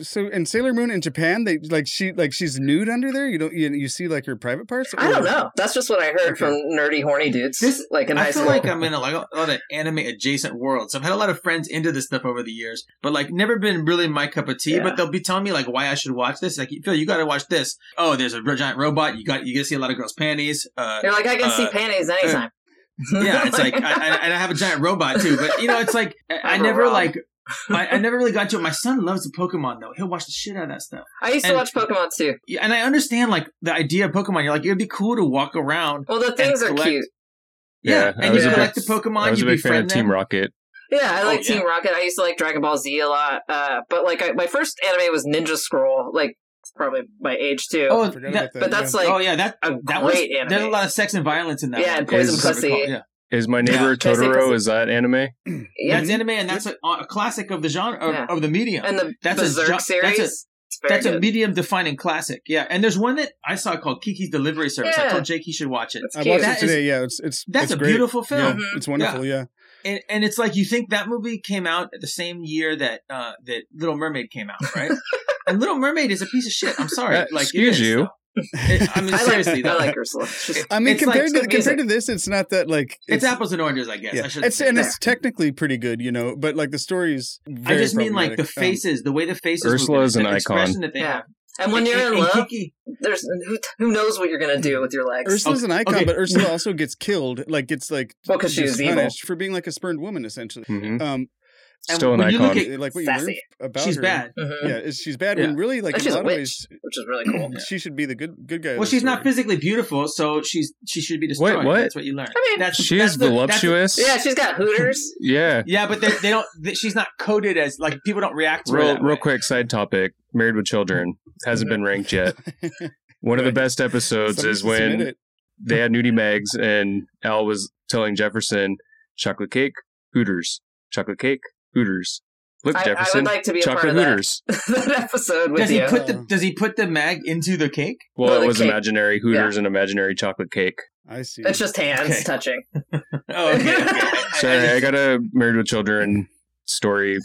S1: So in Sailor Moon in Japan, they like she like she's nude under there. You don't you, you see like her private parts.
S2: I don't
S1: Or-
S2: know. That's just what I heard from nerdy, horny dudes.
S3: This-
S2: like in
S3: I
S2: high
S3: feel
S2: school.
S3: like uh, I'm in a, like, a lot of anime adjacent worlds. I've had a lot of friends into this stuff over the years, but like never been really my cup of tea.
S2: Yeah.
S3: But they'll be telling me like why I should watch this. Like Phil, you got to watch this. Oh, there's a giant robot. You got you get to see a lot of girls' panties. Uh,
S2: You're like, I can see
S3: uh,
S2: panties anytime.
S3: yeah, it's like, I, I, and I have a giant robot too. But you know, it's like I, I never
S2: Overall.
S3: like, I, I never really got to it. My son loves the Pokemon though; he'll watch the shit out of that stuff.
S2: I used to
S3: and-
S2: watch Pokemon too.
S3: Yeah, And I understand like the idea of Pokemon. You're like, it'd be cool to walk around.
S2: Well, the things are
S3: collect-
S2: cute.
S4: Yeah,
S3: and
S4: I
S3: you
S4: was a big-
S3: collect the
S4: I
S3: Pokemon.
S4: was a
S3: You
S4: big fan
S3: befriend
S4: of
S3: them.
S4: Team Rocket.
S2: Yeah, I
S3: Oh,
S2: like
S3: yeah.
S2: Team Rocket. I used to like Dragon Ball Z a lot. Uh, but like I, my first anime was Ninja Scroll. Like probably my age too.
S3: Oh,
S1: forgot
S3: that-
S1: about that,
S2: but that's like
S3: oh yeah, that
S2: a
S3: that was.
S2: great anime.
S3: There's a lot of sex and violence in that.
S2: Yeah,
S3: one.
S2: and Poison
S3: That's what
S2: Pussy.
S3: I recall, Yeah.
S4: Is my neighbor
S2: Can I say
S4: Totoro?
S2: pussy?
S4: Is that anime?
S2: yeah. Mm-hmm.
S3: that's anime, and that's a, a classic of the genre of,
S2: Yeah.
S3: of the medium.
S2: and the
S3: That's a
S2: Berserk
S3: ju- that's a-
S2: series. it's very
S3: that's a
S2: good.
S3: medium defining classic. Yeah, and there's one that I saw called Kiki's Delivery Service. I
S2: Yeah.
S3: told Jake he should watch it.
S2: It's
S1: I
S2: cute.
S1: watched
S3: That
S1: it
S3: is-
S1: today. yeah, it's it's
S3: That's
S1: it's
S3: a
S1: great.
S3: beautiful film.
S1: Yeah,
S2: Mhm.
S1: it's wonderful. Yeah.
S3: and, and it's like you think that movie came out at the same year that uh, that Little Mermaid came out, right? and Little Mermaid is a piece of shit. I'm sorry.
S4: Uh,
S3: like, it
S4: excuse
S3: is,
S4: you.
S3: though. It- I mean,
S2: I
S3: seriously,
S2: like, I
S3: though.
S2: like Ursula. It's just-
S1: I mean,
S3: It's like
S1: compared to
S2: some
S1: compared to this, it's not that like
S3: it's, apples and oranges, I guess.
S1: Yeah,
S3: I should.
S1: it's
S3: say.
S1: and it's technically pretty good, you know. But like the story's,
S3: I
S1: very
S3: just mean like the
S1: problematic. Um,
S3: faces, the way the faces.
S4: Ursula
S3: were,
S4: is an
S3: the expression That they
S2: Yeah.
S3: have.
S2: and when you're in love,
S3: Kiki,
S2: there's who, who knows what you're gonna do with your legs.
S1: Ursula's an icon,
S3: okay.
S1: but Ursula also gets killed. Like gets like
S2: Well, 'cause she
S1: just
S2: was evil.
S1: punished for being like a spurned woman, essentially.
S4: Mhm.
S1: Um,
S3: And
S4: Still an
S3: when you
S4: icon.
S3: look at-
S1: like what you learn
S2: Sassy.
S1: about
S3: she's
S1: her.
S3: bad.
S2: Mhm.
S1: Yeah, is she's bad.
S3: Yeah.
S1: When really, like
S2: And
S1: in
S2: she's
S1: a
S2: a
S1: lot of
S2: witch,
S1: ways,
S2: which is really cool.
S1: she should be the good good guy. of
S3: Well,
S1: the
S3: she's not
S1: story.
S3: physically beautiful, so she's she should be destroyed.
S4: Wait, what?
S3: That's what you learn.
S2: I mean,
S3: That's
S4: She
S3: that's
S4: is
S3: the- that's the-
S4: voluptuous.
S2: yeah, she's got hooters.
S4: yeah.
S3: Yeah, but they, they don't. They, she's not coded as like people don't react to her.
S4: Real,
S3: that
S4: real
S3: way.
S4: quick side topic. Married with Children hasn't been ranked yet. One of the best episodes
S1: Somebody should
S4: is
S1: submit
S4: when
S1: it.
S4: they had nudie mags and Al was telling Jefferson, chocolate cake, Hooters, chocolate cake, Hooters. Look,
S2: I, I
S4: Jefferson,
S2: would like to be a part
S4: chocolate
S2: of that,
S4: Hooters.
S2: that episode with uh,
S3: Does he
S2: you.
S3: put the Does he put the mag into the cake?
S4: Well,
S2: Well,
S4: it
S2: the
S4: was
S2: cake.
S4: imaginary Hooters and imaginary chocolate cake.
S1: I see.
S2: it's just hands
S3: Okay.
S2: touching.
S3: Oh, okay. okay.
S4: Sorry, I
S3: just-
S4: got a Married with Children story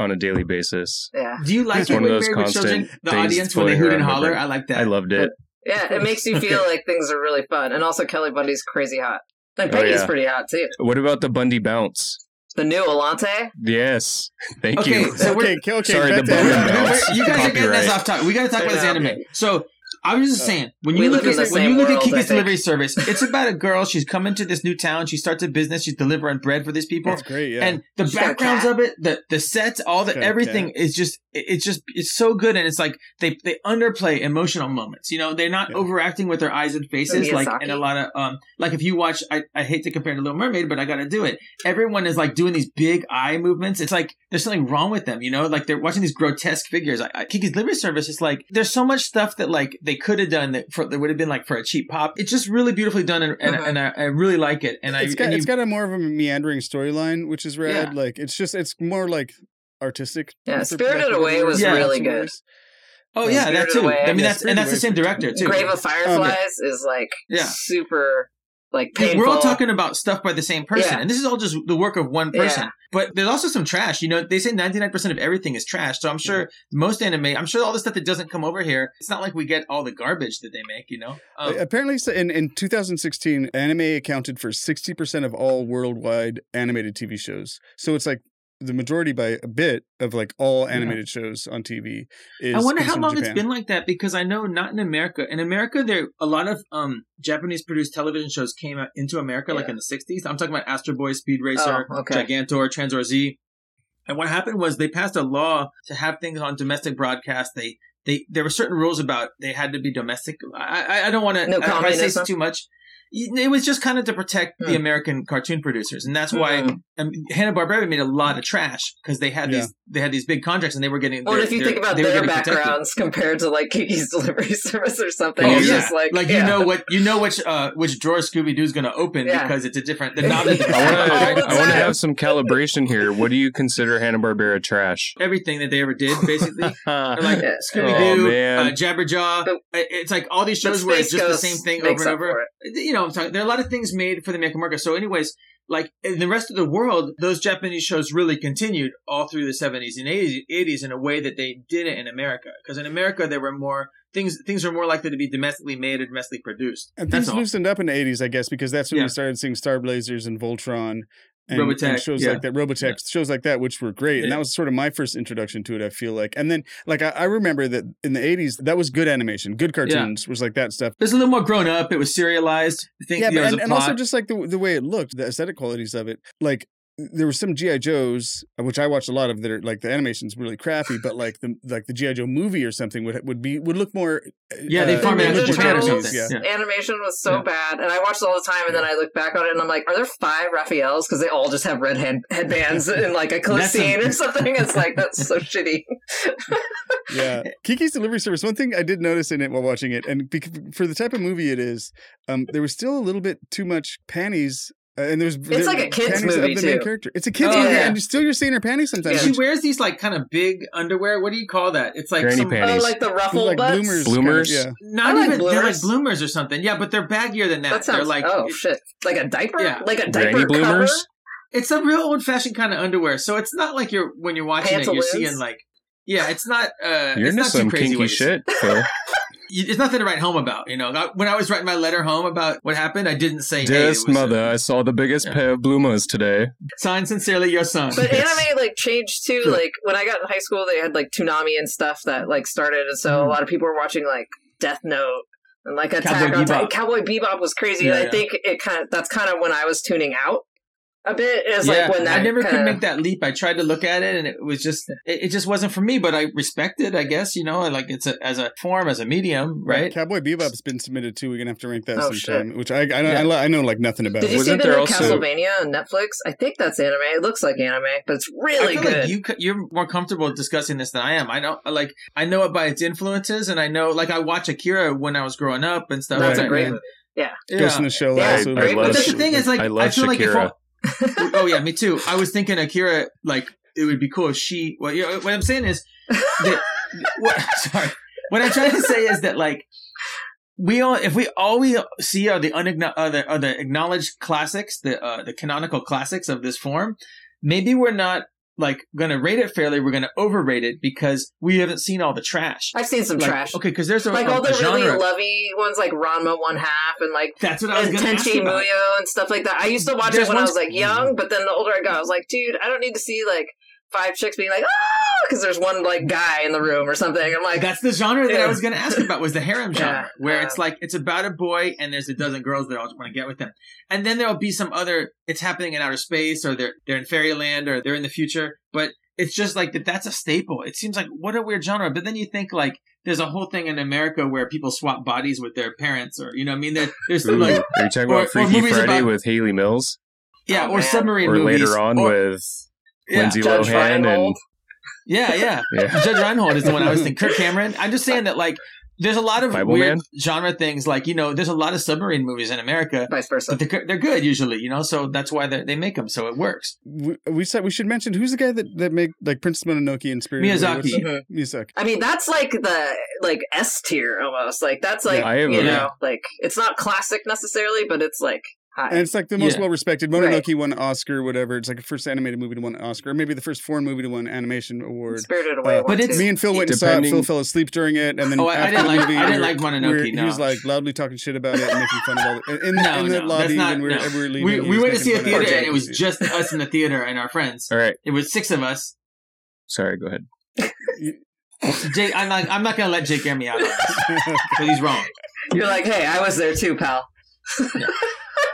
S4: on a daily basis.
S2: Yeah,
S3: Do you like
S4: It's
S3: it
S4: one
S3: when
S4: of those
S3: Married with Children?
S4: constant
S3: The
S4: things
S3: audience when they
S4: floating
S3: hoot
S4: around
S3: and
S4: my
S3: holler.
S4: brain.
S3: I like that.
S4: I loved it.
S2: yeah, it makes you feel like things are really fun, and also Kelly Bundy's crazy hot. And
S4: Oh,
S2: Peggy's
S4: yeah.
S2: pretty hot too.
S4: What about the Bundy bounce?
S2: The new Alante.
S4: Yes, thank
S3: Okay,
S4: you.
S3: so
S1: okay,
S3: we're-
S1: okay, okay.
S4: Sorry,
S1: back
S4: the
S1: to-
S4: balloon
S3: Wait, wait,
S4: bounce.
S3: you guys are getting
S4: Copyright.
S3: us off topic. We got to talk about this
S2: Yeah.
S3: anime. So I was just saying, when
S2: Uh, We
S3: you
S2: live
S3: look
S2: in
S3: at
S2: the
S3: when
S2: same
S3: you look
S2: world, I
S3: at Kika's
S2: think.
S3: delivery service, it's about a girl. She's coming to this new town. She starts a business. She's delivering bread for these people.
S1: That's great. Yeah.
S3: And the
S2: She's got a
S3: backgrounds
S2: cat.
S3: of it, the the sets, all the
S1: She's got a
S3: everything is just it- it's just it's so good, and it's like they they underplay emotional moments. You know, they're not
S1: Yeah.
S3: overacting with their eyes and faces, like
S2: Miyazaki.
S3: in a lot of um, like if you watch, I, I hate to compare to Little Mermaid, but I got to do it. Everyone is like doing these big eye movements. It's like there's something wrong with them. You know, like they're watching these grotesque figures. I, I, Kiki's Delivery Service is like there's so much stuff that like they could have done that for that would have been like for a cheap pop. It's just really beautifully done, and and,
S2: Uh-huh.
S3: and I, I really like it. And
S1: it's
S3: I
S1: got
S3: and you-
S1: it's got a more of a meandering storyline, which is rad. Like it's just it's more like artistic.
S2: Yeah,
S1: for
S2: Spirited
S1: lack of a
S2: Away
S1: word,
S2: was
S1: for lack
S2: really
S1: of
S2: good.
S1: words.
S3: Oh
S1: Yeah.
S3: yeah, that
S2: Spirited
S3: too.
S2: Away.
S3: I mean,
S1: Yeah,
S3: that's and that's the same
S1: Spirited Away.
S3: director too. Oh,
S2: Grave of Fireflies is like
S3: Yeah.
S2: super like
S3: Hey,
S2: painful.
S3: We're all talking about stuff by the same person,
S2: Yeah.
S3: and this is all just the work of one person.
S2: Yeah.
S3: But there's also some trash. You know, they say 99% of everything is trash. So I'm sure
S2: Mm-hmm.
S3: most anime, I'm sure all the stuff that doesn't come over here, it's not like we get all the garbage that they make. You know, um,
S1: Apparently, so in, in 2016, anime accounted for 60% of all worldwide animated TV shows. So it's like the majority by a bit of like all animated shows on TV. Is
S3: I wonder
S1: comes
S3: how
S1: from
S3: long
S1: Japan.
S3: it's been like that because I know not in America. In America, there a lot of um, Japanese produced television shows came out into America like
S2: Yeah.
S3: in the '60s. I'm talking about Astro Boy, Speed Racer,
S2: Oh, okay.
S3: Gigantor, Transor Z. And what happened was they passed a law to have things on domestic broadcast. They they there were certain rules about they had to be domestic. I I, I don't want to
S2: No
S3: I, I say
S2: communism?
S3: too much. It was just kind of to protect the
S2: Hmm.
S3: American cartoon producers, and that's why
S2: Mhm.
S3: Hanna Barbera made a lot of trash because they had
S1: Yeah.
S3: these they had these big contracts and they were getting.
S2: Well,
S3: their-
S2: if you
S3: their-
S2: think about
S3: they were
S2: their
S3: getting protected.
S2: backgrounds compared to like Kiki's delivery service or something,
S3: Oh,
S2: it's
S3: yeah.
S2: just like,
S3: like
S2: yeah.
S3: you know what you know which uh which drawer Scooby Doo's gonna open
S2: Yeah.
S3: because it's a different the knob. is
S2: I
S4: I
S3: different.
S4: want
S2: All the
S4: to. I want to
S2: time.
S4: have some calibration here. What do you consider Hanna Barbera trash?
S3: everything that they ever did basically. They're like
S4: like,
S2: Yeah.
S3: Scooby Doo,
S4: Oh, man.
S3: uh, Jabberjaw.
S2: But-
S3: It- It's like all these
S2: But
S3: shows where it's
S2: Space
S3: just the
S2: Ghost
S3: same thing
S2: makes
S3: over and
S2: up for
S3: over. You know, what I'm talking. There are a lot of things made for the American market. So, anyways, like in the rest of the world, those Japanese shows really continued all through the 70s and 80s, 80s in a way that they didn't in America. Because in America, there were more things. Things were more likely to be domestically made or domestically produced.
S1: And
S3: That's
S1: things
S3: all.
S1: loosened up in the 80s, I guess, because that's when
S3: Yeah.
S1: we started seeing Star Blazers and Voltron and, and
S3: Robotech,
S1: shows
S3: yeah.
S1: like that, Robotech,
S3: Yeah.
S1: shows like that, which were great. And
S3: Yeah.
S1: that was sort of my first introduction to it, I feel like. And then, like, I, I remember that in the 80s, that was good animation, good cartoons was like that stuff.
S3: It was a little more grown up. It was serialized. I think
S1: yeah,
S3: there
S1: but,
S3: was
S1: and,
S3: a
S1: and also
S3: plot.
S1: just like the, the way it looked, the aesthetic qualities of it. Like there were some GI Joes, which I watched a lot of. That are like the animation's really crappy, but like the like the GI Joe movie or something would would be would look more.
S3: Yeah, they
S1: uh,
S3: farm it out
S1: would
S3: to
S1: look more
S3: Japan or
S1: Japanese,
S3: something.
S1: Yeah.
S3: Yeah.
S2: Animation was so
S3: Yeah.
S2: bad, and I watched it all the time. And then I look back on it, and I'm like, "Are there five Raphaels? Because they all just have red head- headbands in like a close
S3: That's a-
S2: scene or something." It's like that's so shitty.
S1: yeah. Kiki's Delivery Service. One thing I did notice in it while watching it, and bec- for the type of movie it is, um, there was still a little bit too much panties. Uh, and there's
S2: It's like a kid's
S1: panties
S2: movie,
S1: of the main
S2: too.
S1: character. It's a kids
S3: Oh,
S1: movie,
S2: yeah.
S1: and you still you're seeing her panties sometimes.
S3: She
S1: which-
S3: wears these like kind of big underwear. What do you call that? It's like
S4: Granny
S3: some,
S4: pants.
S2: Oh,
S4: Panties.
S2: like the ruffled
S1: like
S2: butts.
S1: bloomers,
S4: Bloomers?
S1: kind of,
S3: Not
S2: I like
S3: even they're like
S2: bloomers.
S3: bloomers or something. Yeah, but they're baggier than that.
S2: That
S3: they're
S2: sounds
S3: like
S2: like oh shit, like a diaper,
S3: Yeah.
S2: like a
S4: Granny
S2: diaper cover.
S4: bloomers?
S3: it's a real old fashioned kind of underwear. So it's not like you're when you're watching
S2: Pantaloons?
S3: it, you're seeing like yeah, it's not uh it's
S4: You're into
S3: not too
S4: some
S3: crazy
S4: kinky
S3: what you see.
S4: shit, Phil.
S3: You- It's nothing to write home about, you know. I- When I was writing my letter home about what happened, I didn't say hey, it
S4: Dearest
S3: was a-
S4: mother, I saw the biggest
S3: Yeah.
S4: pair of bloomers today.
S3: Signed sincerely your son.
S2: But
S4: Yes.
S2: anime like changed too. Like when I got in high school, they had like Toonami and stuff that like started, and
S1: Hmm.
S2: so a lot of people were watching like Death Note and like Attack
S3: Cowboy
S2: on Titan.
S3: Bebop.
S2: Cowboy Bebop was crazy,
S3: Yeah,
S2: and I
S3: yeah.
S2: think it kind of that's kind of when I was tuning out a bit is
S3: yeah,
S2: like when that
S3: I never
S2: kinda,
S3: could make that leap. I tried to look at it, and it was just it, it just wasn't for me. But I respect it, I guess. You know, I like it's a, as a form, as a medium, right?
S1: Cowboy Bebop's been submitted too. We're gonna have to rank that
S2: Oh,
S1: sometime. Which I I, don't, I, li- I know like nothing about. it.
S2: Did you see
S4: Wasn't
S2: the
S4: there
S2: new
S4: also-
S2: Castlevania on Netflix? I think that's anime. It looks like anime, but it's really
S3: I feel
S2: good.
S3: like you c- you're more comfortable discussing this than I am. I don't like I know it by its influences, and I know like I watch Akira when I was growing up and stuff.
S2: that's
S3: like
S2: a
S3: that,
S2: great
S3: man.
S2: movie.
S3: Yeah.
S1: Ghost in the Shell.
S2: Yeah,
S1: also,
S2: great,
S3: but
S2: love-
S3: that's the thing is like
S4: I
S3: I,
S4: love
S3: feel like if
S4: Shakira.
S3: all, oh yeah, me too. I was thinking Akira, like it would be cool if she. Well, you know, what I'm saying is, that, what, sorry. What I'm trying to say is that like we all, if we all we see are the unigno- are the, are the acknowledged classics, the uh, the canonical classics of this form, maybe we're not like going to rate it fairly. We're going to overrate it because we haven't seen all the trash.
S2: I've seen some
S3: Like,
S2: trash.
S3: Okay, because there's a,
S2: Like
S3: a-
S2: all the
S3: a genre.
S2: really lovey ones, like Ranma One Half, and like
S3: that's what I was
S2: and
S3: going to ask
S2: Tenchi
S3: about.
S2: Muyo and stuff like that. I used to watch
S3: There's
S2: it when I
S3: one-
S2: was like young, but then the older I got, I was like, dude, I don't need to see like five chicks being like, ah, because there's one like guy in the room or something. I'm like,
S3: That's the genre that I
S2: Yeah.
S3: was going to ask about was the harem genre,
S2: Yeah.
S3: where
S2: Yeah.
S3: it's like it's about a boy and there's a dozen girls that all want to get with him, and then there'll be some other. It's happening in outer space, or they're they're in fairyland, or they're in the future. But it's just like that. That's a staple. It seems like what a weird genre. But then you think like there's a whole thing in America where people swap bodies with their parents, or you know, what I mean, there, there's
S4: Ooh,
S3: some like
S4: are you talking
S3: or- or
S4: about Freaky
S3: movies
S4: Friday
S3: about-
S4: with Haley Mills,
S3: yeah,
S2: Oh,
S3: or
S2: man.
S3: submarine
S4: or
S3: movies,
S4: later on
S3: or-
S4: with
S3: yeah,
S4: Lindsay
S2: Judge
S4: Lohan and
S2: Reinhold.
S3: yeah, yeah.
S4: yeah.
S3: Judge Reinhold is the one I was thinking. Kirk Cameron. I'm just saying that like there's a lot of
S4: Bible
S3: weird
S4: Man?
S3: genre things. Like you know, there's a lot of submarine movies in America,
S2: vice
S3: but
S2: versa.
S3: they're, they're good usually. You know, so that's why they they make them, so it works.
S1: we, we said we should mention who's the guy that that made like Princess Mononoke and Spirit of the Wind? What's
S3: Miyazaki.
S1: his-
S2: Mhm.
S1: Miyazaki.
S2: I mean, that's like the like S tier almost. Like that's like
S4: Yeah, I have
S2: you
S4: a-
S2: know, like it's not classic necessarily, but it's like
S1: And
S2: high.
S1: it's like the most
S3: Yeah.
S1: well respected. Mononoke won Oscar, whatever. It's like the first animated movie to won an Oscar, or maybe the first foreign movie to win an animation award.
S2: Spirited Away,
S1: Uh,
S2: one,
S3: but it's-
S2: too.
S1: Me and Phil went and saw it.
S4: Depending-
S1: Phil fell asleep during it, and then
S3: Oh, I, I
S1: after
S3: didn't
S1: the
S3: like
S1: movie,
S3: I didn't
S1: we
S3: like
S1: were- we were-
S3: Mononoke.
S1: He
S3: No.
S1: was like loudly talking shit about it and making fun of all the, in,
S3: No,
S1: in the
S3: no, that's
S1: lobby
S3: not-
S1: when we were,
S3: no.
S1: we were leaving.
S3: we,
S1: he
S3: we
S1: was
S3: went to
S1: making
S3: see a
S1: fun of
S3: theater
S1: Jack
S3: and it was
S1: Lucy.
S3: just us in the theater and our friends.
S4: All right,
S3: It was six of us.
S4: sorry, go ahead.
S3: Jake, I'm not I'm not gonna let Jake Emmy out because he's wrong.
S2: You're like, hey, I was there too, pal.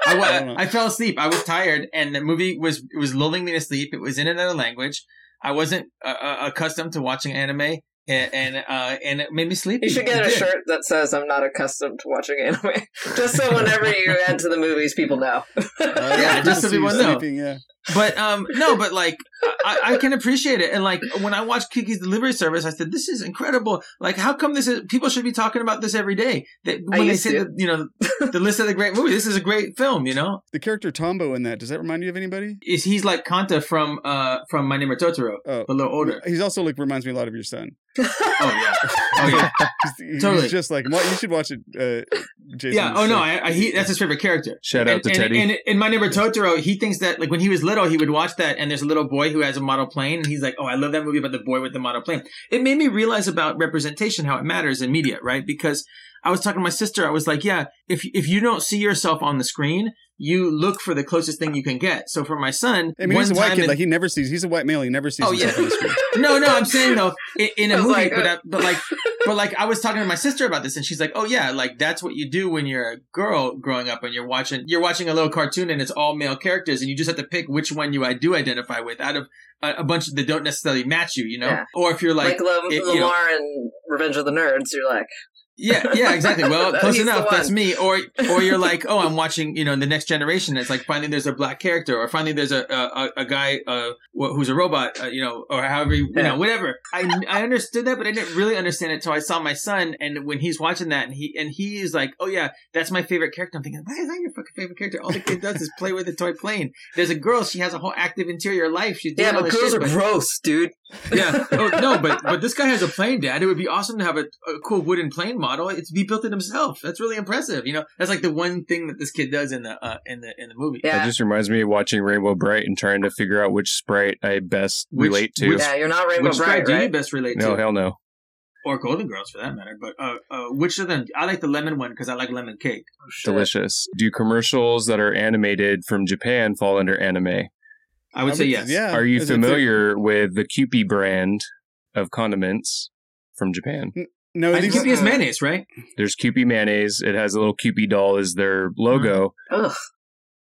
S3: I, wa-
S1: I don't know.
S3: I fell asleep. I was tired, and the movie was it was lulling me to sleep. It was in another language. I wasn't uh, uh, accustomed to watching anime, and and, uh, and it made me sleepy.
S2: You should get
S3: It
S2: a
S3: did.
S2: shirt that says "I'm not accustomed to watching anime," just so whenever you head to the movies, people know.
S1: Uh,
S3: Yeah, just so
S1: people see you
S3: people know.
S1: sleeping, yeah.
S3: But um, no, but like I, I can appreciate it, and like when I watched Kiki's Delivery Service, I said this is incredible. Like, how come this is? People should be talking about this every day. That
S2: I
S3: when they
S2: used
S3: say
S2: to.
S3: the, you know the list of the great movies, this is a great film. You know,
S1: The character Tombo in that does that remind you of anybody?
S3: is he's like Kanta from uh from My Name is Totoro,
S1: Oh,
S3: but a little older.
S1: he's also like reminds me a lot of your son.
S3: Oh yeah, oh yeah.
S1: He's, he's
S3: Totally.
S1: just like what you should watch it, uh, Jason.
S3: Yeah. Oh no,
S1: Like,
S3: I, I, he, that's his favorite character.
S4: Shout out
S3: and,
S4: to
S3: and-
S4: Teddy.
S3: And in my neighbor Totoro, he thinks that like when he was little, he would watch that, and there's a little boy who has a model plane, and he's like, "Oh, I love that movie about the boy with the model plane." It made me realize about representation, how it matters in media, right? Because I was talking to my sister, I was like, "Yeah, if if you don't see yourself on the screen, you look for the closest thing you can get." So for my son,
S1: I mean,
S3: one
S1: he's a white
S3: time
S1: kid.
S3: in-
S1: like he never sees. He's a white male. He never sees.
S3: Oh,
S1: himself
S3: yeah.
S1: on the screen.
S3: no, no, I'm saying though, in, in a
S2: I was
S3: movie,
S2: like,
S3: but, I, but like, but like, I was talking to my sister about this, and she's like, "Oh yeah, like that's what you do when you're a girl growing up, and you're watching, you're watching a little cartoon, and it's all male characters, and you just have to pick which one you I do identify with out of a, a bunch that don't necessarily match you, you know,
S2: Yeah.
S3: or if you're like,
S2: Like, Love
S3: it- you know-
S2: Lamar and Revenge of the Nerds, you're like,
S3: yeah, yeah, exactly. Well,
S2: That-
S3: close
S2: he's the
S3: enough.
S2: one.
S3: That's me. Or or you're like, oh, I'm watching, you know, the next generation. It's like finally there's a black character, or finally there's a a, a guy uh, wh- who's a robot, uh, you know, or however you, you
S2: Yeah.
S3: know, whatever. I I understood that, but I didn't really understand it till I saw my son, and when he's watching that, and he and he is like, oh yeah, that's my favorite character. I'm thinking, why is that your fucking favorite character? All the kid does is play with a toy plane. There's a girl. She has a whole active interior life. She's doing
S2: yeah,
S3: all
S2: but
S3: this
S2: girls
S3: shit,
S2: are gross, dude.
S3: yeah. Oh, no, but but this guy has a plane, Dad. It would be awesome to have a, a cool wooden plane model. It's he built it himself. That's really impressive. You know, that's like the one thing that this kid does in the uh, in the in the movie.
S4: That
S2: Yeah,
S4: just reminds me of watching Rainbow Bright and trying to figure out which sprite I best
S3: Which-
S4: relate to.
S3: which-
S2: yeah, you're not Rainbow
S3: which guy
S2: Bright,
S3: do you
S2: right?
S3: best relate
S4: no,
S3: to,
S4: hell no.
S3: or Golden Girls for that matter? But uh, uh, which of them? I like the lemon one because I like lemon cake.
S2: Oh, shit.
S4: Delicious. Do commercials that are animated from Japan fall under anime?
S3: I would say yes.
S1: Yeah.
S4: Are you
S1: Is it the-
S4: familiar with the Kewpie brand of condiments from Japan?
S1: no,
S3: I think
S1: these,
S3: Kewpie is mayonnaise, right?
S4: There's Kewpie mayonnaise. It has a little Kewpie doll as their logo.
S2: Ugh.
S3: Mm-hmm.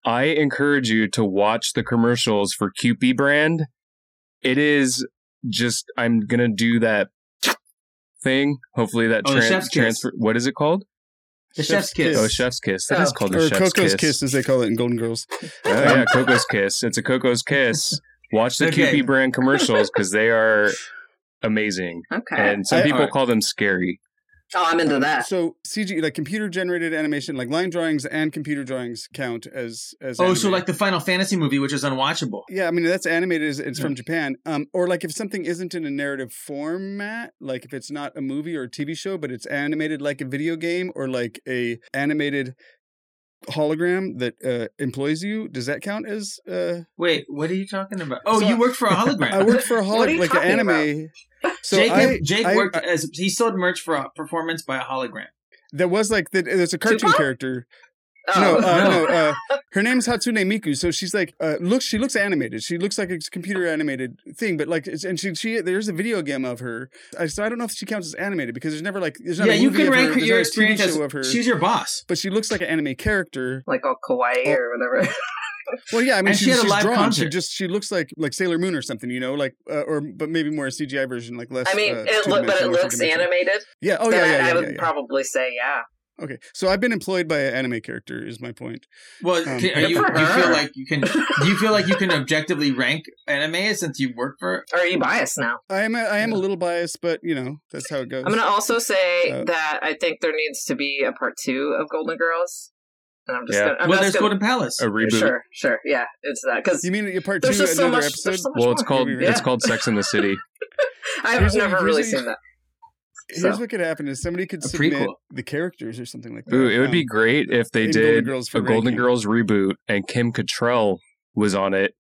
S4: I encourage you to watch the commercials for QP brand. It is just I'm gonna do that thing. Hopefully that
S3: Oh, the
S4: tran-
S3: chef's kiss.
S4: transfer. What is it called?
S3: The chef's kiss.
S4: Oh, chef's kiss. That is
S2: Oh.
S4: called the
S1: or
S4: chef's
S1: Coco's kiss.
S4: kiss.
S1: as they call it in Golden Girls.
S4: Oh yeah, Coco's Kiss. It's a Coco's Kiss. Watch the
S3: Okay.
S4: QP brand commercials because they are amazing,
S2: Okay.
S4: and some
S1: I-
S4: people
S3: alright.
S4: call them scary.
S2: oh, I'm into that.
S1: So CG, like computer generated animation, like line drawings and computer drawings count as as.
S3: Oh, so
S1: animated.
S3: like the Final Fantasy movie, which is unwatchable.
S1: Yeah, I mean that's animated. It's, it's
S3: Yeah.
S1: from Japan. Um, or like if something isn't in a narrative format, like if it's not a movie or a TV show, but it's animated like a video game or like a animated hologram that uh, employs you, does that count as? Uh,
S3: Wait, what are you talking about? Oh,
S1: So-
S3: you worked for a hologram.
S1: I work for a
S2: What are
S1: hologram,
S2: you
S1: like an
S2: talking
S1: anime. So
S3: Jake,
S1: I,
S3: Jake
S1: I-
S3: worked as he sold merch for a performance by a hologram.
S1: there was like the, there's a cartoon
S2: Tupac?
S1: character.
S2: Oh.
S1: No, uh,
S3: No.
S1: no. Uh, her name's Hatsune Miku, so she's like, uh, looks. She looks animated. She looks like a computer animated thing, but like, it's, and she, she there's a video game of her. I, so I don't know if she counts as animated because there's never like, there's not
S3: yeah,
S1: a
S3: you
S1: movie of
S3: can rank
S1: her, there's
S3: your
S1: not a TV
S3: experience as
S1: show of her.
S3: she's your boss.
S1: but she looks like an anime character.
S2: like all kawaii or whatever.
S1: Well, yeah, I mean,
S3: And she
S1: she's,
S3: had a
S1: she's
S3: live
S1: drawn. She
S3: concert.
S1: just she looks like like Sailor Moon or something, you know, like uh, or but maybe more a CGI version, like less.
S2: I mean,
S1: uh,
S2: it look, but it
S1: two-dimensional or
S2: looks
S1: three-dimensional.
S2: animated.
S1: Yeah. Oh yeah,
S2: then
S1: yeah,
S2: I,
S1: yeah,
S2: I would
S1: yeah, yeah.
S2: probably say yeah.
S1: Okay, so I've been employed by an anime character. Is my point.
S3: Well,
S1: Um,
S3: can, are
S2: Good
S3: you,
S2: for
S3: do you feel
S2: her.
S3: like you can? Do you feel like you can objectively rank anime since you work for?
S2: Are you biased now?
S1: I am a, I am a little biased, but you know that's how it goes.
S2: I'm gonna also say
S1: Uh,
S2: that I think there needs to be a part two of Golden Girls, and I'm just
S4: Yeah.
S2: gonna. I'm
S3: well,
S2: just
S3: there's
S2: gonna
S3: Golden Palace.
S4: A reboot.
S2: Sure, sure, yeah, it's that because
S1: You mean your part
S2: there's
S1: two,
S2: just so
S1: another
S2: much.
S1: episode?
S2: There's so much
S4: Well, it's
S2: more.
S4: called
S1: Yeah.
S4: it's called Sex in the City.
S2: I've
S1: here's a-
S2: never really
S1: here's a-
S2: seen that.
S1: Here's
S2: So.
S1: what could happen: is somebody could
S3: A
S1: submit
S3: prequel.
S1: the characters or something like that.
S4: Ooh, it would be
S1: um,
S4: great if they
S1: in
S4: did
S1: Girls
S4: a Golden
S1: ranking.
S4: Girls reboot and Kim Cattrall was on it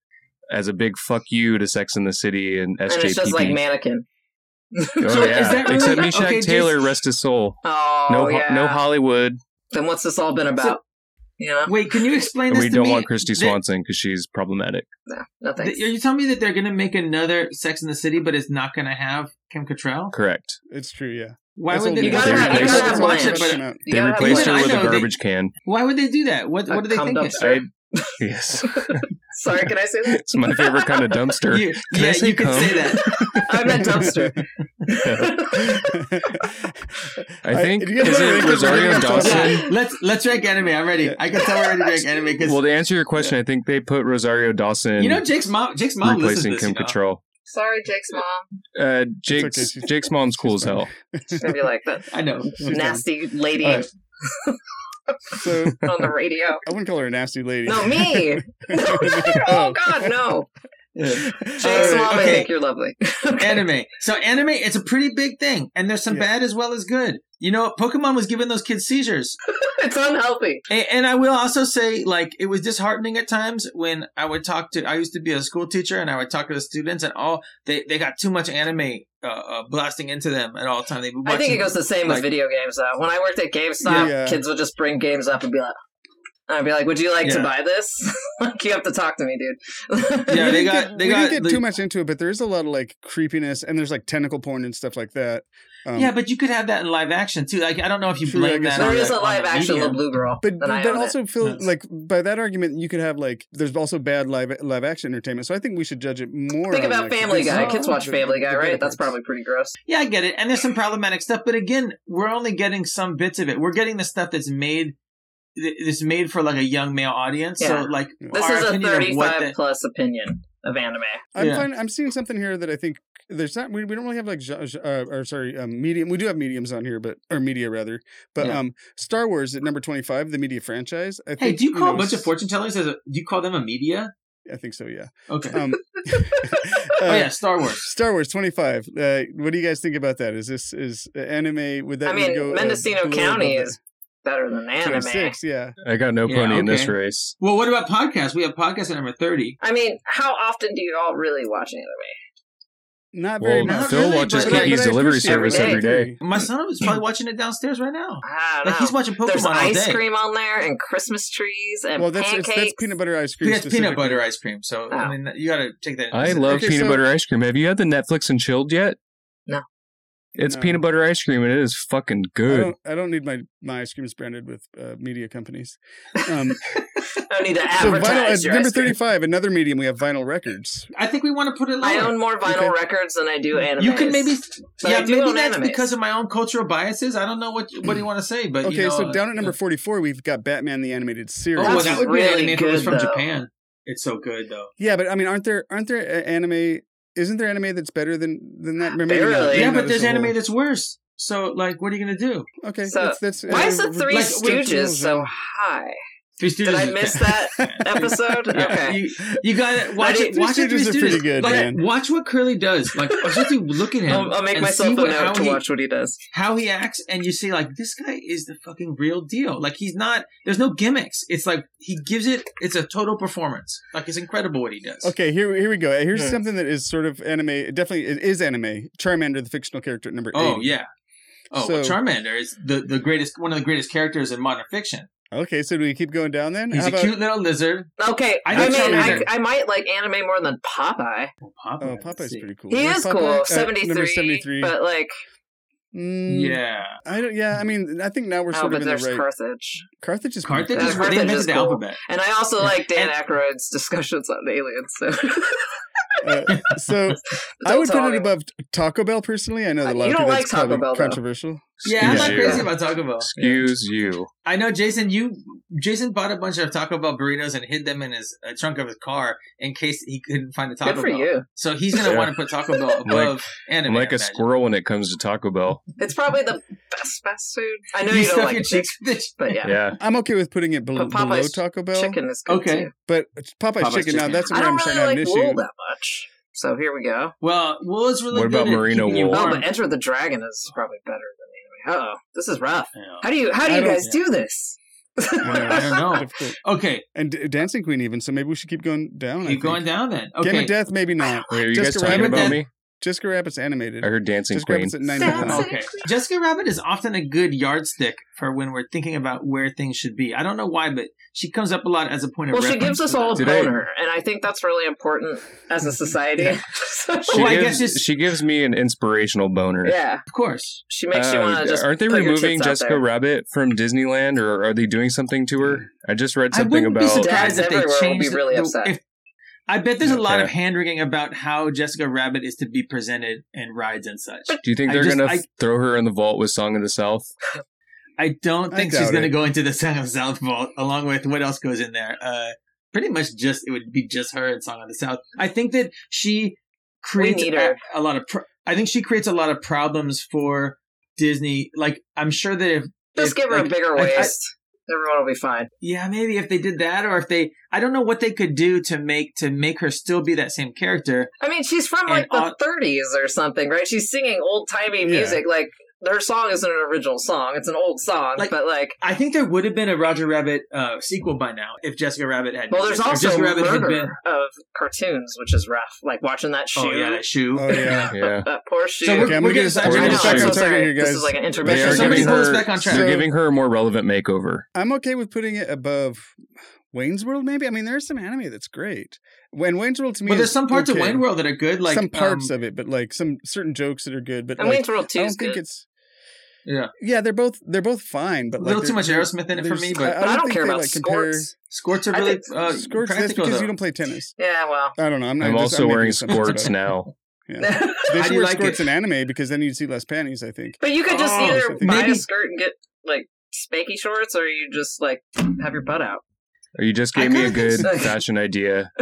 S4: as a big fuck you to Sex in the City and SJP.
S2: And it's just like mannequin.
S4: oh yeah,
S3: is that really-
S4: except Meshack
S3: okay,
S4: Taylor,
S3: Jason-
S4: rest his soul.
S2: Oh
S4: No, ho-
S2: yeah.
S4: no Hollywood.
S2: then what's this all been about? you know,
S3: Wait, can you explain
S4: And
S3: this
S4: we
S3: to
S4: don't
S3: me?
S4: want Christy
S3: Th-
S4: Swanson because she's problematic.
S2: no, no
S3: th-
S2: thanks.
S3: are you telling me that they're going to make another Sex in the City, but it's not going to have Kim Cattrall?
S4: Correct.
S1: It's true, yeah.
S3: Why
S1: That's
S3: would
S1: old
S3: they?
S2: you
S1: news.
S2: gotta,
S4: They
S2: have, you
S4: replaced
S2: gotta
S4: it
S2: have
S4: with-
S2: lines.
S1: That's coming out.
S2: You
S4: They
S2: gotta have
S4: replaced
S3: even
S4: her
S2: lines.
S3: I
S4: with a
S3: know they-
S4: garbage can.
S3: Why would they do that? What What
S2: A
S3: do they
S2: cum
S3: think?
S2: dumpster.
S4: I, yes,
S2: Sorry, can I say that?
S4: it's my favorite kind of dumpster.
S3: You,
S4: Can I
S3: yeah,
S4: say
S3: you could
S4: cum?
S3: say that.
S2: I meant dumpster.
S4: I think
S1: do you guys
S4: is
S1: wanna rank this?
S4: it
S1: We're
S4: Rosario
S1: gonna have to-
S4: Dawson?
S3: Yeah, let's let's rank anime. I'm ready. I can tell we're ready to rank anime because
S4: Well, to answer your question, I think they put Rosario Dawson
S3: you know Jake's mom. Jake's mom listens to
S4: replacing
S3: this.
S4: Kim
S3: you know?
S4: Cattrall.
S2: Sorry, Jake's mom.
S4: Uh, Jake's
S1: okay, she's-
S4: Jake's mom's cool
S1: she's
S4: as hell.
S2: She's gonna be like that
S3: I know.
S1: She's done.
S2: nasty lady
S1: All right. So
S2: on the radio.
S1: I wouldn't call her a nasty lady.
S2: No, me. No, you. Oh God, no.
S3: Yeah.
S2: Jake's
S3: All right,
S2: mom, I
S3: okay.
S2: think you're lovely.
S3: anime. So anime, it's a pretty big thing, and there's some
S1: Yeah.
S3: bad as well as good. You know, Pokemon was giving those kids seizures,
S2: It's unhealthy.
S3: and, and I will also say, like, it was disheartening at times when I would talk to. I used to be a school teacher, and I would talk to the students, and all they they got too much anime uh, uh, blasting into them at all time. They
S2: I think it goes the same
S3: like-
S2: with video games though. When I worked at GameStop,
S1: Yeah.
S2: kids would just bring games up and be like, I'd be like, "Would you like to
S3: Yeah.
S2: buy this? like, you have to talk to me, dude."
S3: Yeah,
S1: We
S3: they
S1: didn't
S3: got-
S1: get-
S3: they
S1: we
S3: got
S1: didn't get
S3: the-
S1: too much into it, but there is a lot of like creepiness, and there's like tentacle porn and stuff like that. Um,
S3: yeah, but you could have that in live action too. Like, I don't know if you
S1: True, I
S3: blame
S1: guess so.
S3: that.
S2: there
S3: on
S2: is
S3: the-
S2: a
S3: on
S2: live
S3: the
S2: action
S3: medium.
S2: Little Blue Girl,
S1: But
S2: and I
S1: that
S2: own it.
S1: also feels
S3: Yes.
S1: like by that argument you could have like there's also bad live live action entertainment. So I think we should judge it more.
S2: Think
S1: on,
S2: about
S1: like, the
S2: Family
S1: good
S2: Guy.
S1: stuff,
S2: Kids watch
S1: the-
S2: Family
S1: the
S2: Guy,
S1: better
S2: right? That's
S1: parts.
S2: probably pretty gross.
S3: Yeah, I get it. And there's some problematic stuff, but again, we're only getting some bits of it. We're getting the stuff that's made th- that's made for like a young male audience.
S2: Yeah.
S3: So like
S2: This
S3: our
S2: is a
S3: opinion of what
S2: 35
S3: the-
S2: plus opinion of anime.
S1: I'm
S3: Yeah.
S1: fine. I'm seeing something here that I think there's not. We, we don't really have like ge- ge- uh, or sorry, um, medium. We do have mediums on here, but or media rather. But
S3: Yeah.
S1: um, Star Wars at number twenty five, the media franchise. I think,
S3: Hey, do you call
S1: know,
S3: a bunch of
S1: s-
S3: fortune tellers as a, do you call them a media?
S1: I think so. Yeah.
S3: Okay.
S1: Um,
S3: oh
S1: uh,
S3: yeah, Star Wars.
S1: Star Wars twenty five. Uh, what do you guys think about that? Is this is uh, anime? Would that
S2: I mean,
S1: go, uh,
S2: Mendocino
S1: below
S2: County
S1: above
S2: is better than
S1: that?
S2: anime.
S1: 26, Yeah.
S4: I got no
S3: Yeah,
S4: pony in this
S3: okay.
S4: race.
S3: Well, what about podcasts? We have podcasts at number thirty.
S2: I mean, how often do you all really watch anime?
S1: Not very
S4: Well,
S1: much.
S3: not
S4: Phil
S3: really,
S4: watches
S3: but-
S4: Kiki's
S1: But I
S4: delivery
S1: appreciate it.
S4: service
S2: Every
S4: every day.
S3: My son is probably watching it downstairs right now.
S2: I don't
S3: Like
S2: know.
S3: he's watching Pokemon
S2: There's
S3: all
S2: ice
S3: day.
S2: cream on there and Christmas trees and
S1: Well, that's it's,
S2: pancakes.
S1: that's peanut butter ice cream.
S3: That's peanut
S1: specifically.
S3: butter ice cream. So
S2: Oh.
S3: I mean, you got to take that. into
S4: I love
S1: Okay,
S4: peanut
S1: so-
S4: butter ice cream. Have you had the Netflix and chilled yet?
S2: No.
S4: It's
S1: No.
S4: peanut butter ice cream, and it is fucking
S1: I
S3: Oh,
S4: good.
S1: don't, I don't need my my ice creams branded with uh, media companies. Um,
S2: I need to
S1: so vinyl
S2: advertise
S1: at
S2: your
S1: number
S2: ice cream.
S1: thirty five, another medium. We have vinyl records.
S3: I think we want to put it. Lower.
S2: I own more vinyl
S1: Okay.
S2: records than I do anime.
S3: You could maybe,
S2: But
S3: yeah,
S2: I do
S3: maybe
S2: own
S3: that's
S2: animes.
S3: because of my own cultural biases. I don't know what what do you want to say, but you
S1: Okay,
S3: know,
S1: so
S3: uh,
S1: down at number forty four, we've got Batman the animated
S3: Oh,
S1: series.
S3: well,
S2: That's
S3: that would be
S2: really
S3: anime if it was
S2: good,
S3: from
S2: though.
S3: Japan. It's so good though.
S1: yeah, but I mean, aren't there aren't there uh, anime? Isn't there anime that's better than than that? Maybe not.
S2: Barely.
S1: Maybe
S3: Yeah,
S1: not
S3: but
S1: as
S3: there's
S1: a
S3: anime
S1: whole.
S3: that's worse. So, like, what are you gonna do?
S1: Okay,
S2: So,
S1: that's, that's
S2: Why is
S1: uh,
S2: the Three
S1: like,
S2: Stooges so
S1: genre.
S2: high?
S3: Three Stooges.
S2: Did I
S3: is
S2: miss
S3: bad.
S2: that episode?
S3: Yeah,
S2: Okay.
S3: you, you gotta watch
S2: Three
S3: it. Watch it.
S1: Stooges
S3: Three
S1: are pretty
S3: Stooges.
S1: good,
S3: like,
S1: man.
S3: Watch what Curly does. Like, just you look at him.
S2: I'll, I'll make
S3: and
S2: myself
S3: see
S2: a
S3: what- how
S2: note to
S3: he-
S2: watch what he does.
S3: how he acts and you see like this guy is the fucking real deal like he's not there's no gimmicks it's like he gives it it's a total performance like it's incredible what he does
S1: Okay, here here we go. Uh, Here's
S3: Yeah.
S1: something that is sort of anime. It definitely it is anime. Charmander, the fictional character at number
S3: oh
S1: 80.
S3: yeah oh well,
S1: So-
S3: charmander is the, the greatest one of the greatest characters in modern fiction
S1: Okay, so do we keep going down then?
S3: he's
S1: How
S3: a
S1: about-
S3: cute little lizard
S2: Okay,
S3: I
S2: I,
S1: think
S2: mean, I,
S3: Charmander-
S2: I might like anime more than Popeye.
S3: oh, Popeye,
S1: Oh,
S3: let's
S1: Popeye's
S3: see.
S1: pretty cool.
S2: He
S1: Where's
S2: is
S1: Popeye?
S2: cool.
S1: Uh,
S2: Seventy
S1: number
S2: three.
S1: 73.
S2: But like,
S1: Mm,
S3: yeah
S1: I don't, yeah, I mean, I think now we're
S2: oh,
S1: sort of
S2: but
S1: in the
S2: there's uh,
S1: right.
S2: Carthage,
S1: Carthage is pretty
S3: Carthage
S1: cool.
S3: is
S2: Carthage
S3: they invented
S2: is
S3: the
S2: cool.
S3: alphabet.
S2: and I also
S3: Yeah.
S2: like Dan
S3: And-
S2: Aykroyd's discussions on aliens. So
S1: Uh, so I
S2: Don't
S1: would
S2: tell
S1: put it
S2: anyone.
S1: above Taco Bell personally. I know that a
S2: Uh,
S1: lot
S2: you
S1: of
S2: don't
S1: people
S2: like
S1: that's
S2: Taco
S1: probably
S2: Bell, though.
S1: controversial.
S3: Yeah, I'm not
S4: Excuse
S3: crazy
S4: you.
S3: about Taco Bell.
S4: Excuse you.
S3: I know, Jason. You, Jason, bought a bunch of Taco Bell burritos and hid them in his uh, trunk of his car in case he couldn't find a Taco
S2: good for
S3: Bell.
S2: you.
S3: So he's gonna
S4: Yeah.
S3: want to put Taco Bell
S4: like-
S3: above anime.
S4: I'm like
S3: I
S4: a
S3: imagine.
S4: squirrel when it comes to Taco Bell.
S2: It's probably the best fast food. I know
S3: you
S2: you, don't
S3: stuff
S2: like
S3: your
S2: it,
S3: cheeks with the
S2: but yeah,
S4: Yeah.
S1: I'm okay with putting it below,
S2: But Popeye's
S1: below Taco Bell,
S2: chicken is good
S3: Okay.
S2: too.
S1: but Popeye's,
S3: Popeye's
S1: chicken, Now
S3: chicken.
S1: that's
S2: I
S1: where I'm
S2: don't
S1: starting
S2: really like
S1: to have an
S2: wool
S1: issue.
S2: that much. So here we go.
S3: Well, wool is really
S4: What
S3: good
S4: about
S3: at
S4: merino
S3: keeping you
S4: wool?
S2: Oh,
S3: warm.
S2: but Enter the Dragon is probably better than anime. Uh oh, this is rough.
S3: Yeah.
S2: How do you how do
S1: I
S2: you
S1: don't-
S2: guys do this?
S3: I don't
S2: Oh,
S3: know.
S1: Difficult.
S3: Okay,
S1: And D- Dancing Queen, even so, maybe we should keep going down. I
S3: you
S1: think.
S3: going down then?
S1: Game
S3: Okay,
S1: of Death, maybe not.
S4: Wait, are you
S1: Just
S4: guys
S1: a
S4: talking
S1: rabbit
S4: about
S3: that-
S4: me?
S1: Jessica Rabbit's animated.
S4: I heard Dancing
S1: Jessica
S4: Queen.
S1: Rabbit's at 91.
S2: Dancing-
S3: Okay, Jessica Rabbit is often a good yardstick for when we're thinking about where things should be. I don't know why, but she comes up a lot as a point of
S2: Well, she
S3: reference
S2: gives us
S3: to
S2: all a
S3: that.
S4: Did I-
S2: boner, and I think that's really important as a society.
S1: Yeah.
S2: So-
S4: She,
S3: Oh, I
S4: gives,
S3: guess it's-
S4: she gives me an inspirational boner.
S2: yeah,
S3: of course.
S2: she makes you
S4: Uh,
S2: want to just.
S4: aren't they
S2: put your
S4: removing
S2: tits out
S4: Jessica
S2: there.
S4: Rabbit from Disneyland, or are they doing something to her? I just read
S3: I
S4: something
S3: wouldn't be
S4: about.
S3: surprised
S2: Dads
S3: if they
S2: everywhere will
S3: changed
S2: be
S3: the-
S2: really
S3: the-
S2: upset.
S3: if- I bet there's a lot of
S4: Yeah.
S3: hand wringing about how Jessica Rabbit is to be presented and rides and such.
S4: Do you think
S3: I
S4: they're
S3: just-
S4: gonna
S3: I-
S4: f- throw her in the vault with "Song of the South"?
S3: I don't
S1: I
S3: think she's
S1: doubt
S3: going to
S1: it.
S3: go into the Song of the South vault along with what else goes in there. Uh, pretty much just it would be just her and Song of the South. I think that she creates
S2: need her.
S3: A, a lot of. Pro- I think she creates a lot of problems for Disney. Like I'm sure that if
S2: Just
S3: if,
S2: give her
S3: like,
S2: a bigger
S3: I- I-
S2: waist. Everyone will be fine.
S3: yeah, maybe if they did that, or if they, I don't know what they could do to make to make her still be that same character.
S2: I mean, she's from
S3: And
S2: like the
S3: on-
S2: 30s or something, right? She's singing old timey
S1: Yeah.
S2: music. Like her song isn't an original song; it's an old song.
S3: Like-
S2: but like,
S3: I think there would have been a Roger Rabbit uh, sequel by now if Jessica Rabbit had.
S2: well, there's
S3: if
S2: also
S3: Jessica Rabbit had
S2: murder
S3: been.
S2: of cartoons, which is rough. Like watching that shoe.
S3: Oh yeah, that shoe.
S1: Oh yeah.
S4: Yeah,
S2: That poor shoe.
S3: So
S1: Okay, I'm gonna get
S3: We're getting
S1: us,
S3: side-
S1: we're
S2: I
S4: We're
S1: getting
S2: know.
S4: gonna
S1: stuck
S2: I'm
S4: shoot.
S2: so
S1: on
S2: sorry.
S1: target here,
S2: This
S1: guys.
S2: is like an
S4: they
S2: intermission.
S4: are
S3: Somebody
S4: giving
S3: pull us
S4: her.
S3: back on track.
S4: They're
S1: So-
S4: giving her a more relevant makeover.
S1: I'm okay with putting it above Wayne's World, maybe. I mean, there's some anime that's great. When Wayne's World to me,
S3: But there's
S1: is
S3: some parts
S1: okay.
S3: of Wayne World that are good, like
S1: some parts
S3: um,
S1: of it, but like some certain jokes that are good. But
S2: and
S1: like,
S2: Wayne's World
S1: I
S2: 2
S1: don't
S2: is
S1: think
S2: good.
S1: it's
S3: Yeah.
S1: yeah. They're both they're both fine, but
S3: a
S1: like
S3: little too
S1: they're-
S3: much
S1: they're-
S3: Aerosmith in it for
S1: there's-
S3: me. But
S1: I-
S2: But
S1: would
S2: I don't
S1: think
S2: care
S1: they,
S2: about
S1: like, compare-
S2: sports.
S3: Skorts are
S2: I
S3: really
S2: think-
S3: uh,
S1: Scorch, that's
S3: practical.
S1: because
S3: though.
S1: you don't play tennis.
S2: Yeah, well.
S1: I don't know. I'm not.
S4: I'm
S1: just-
S4: also
S1: making
S4: wearing
S1: assumptions about
S4: squirts
S1: it.
S4: now.
S1: Yeah. They
S3: How
S1: should
S3: do you
S1: wear
S3: like
S1: squirts
S3: it?
S1: in anime because then you'd see less panties. I think.
S2: But you could just
S3: Oh,
S2: either
S1: so I think-
S2: buy
S3: Maybe-
S2: a skirt and get like spanky shorts, or you just like have your butt out.
S4: Or you just
S3: I
S4: gave me a
S3: kinda
S4: good
S2: think so.
S4: fashion idea.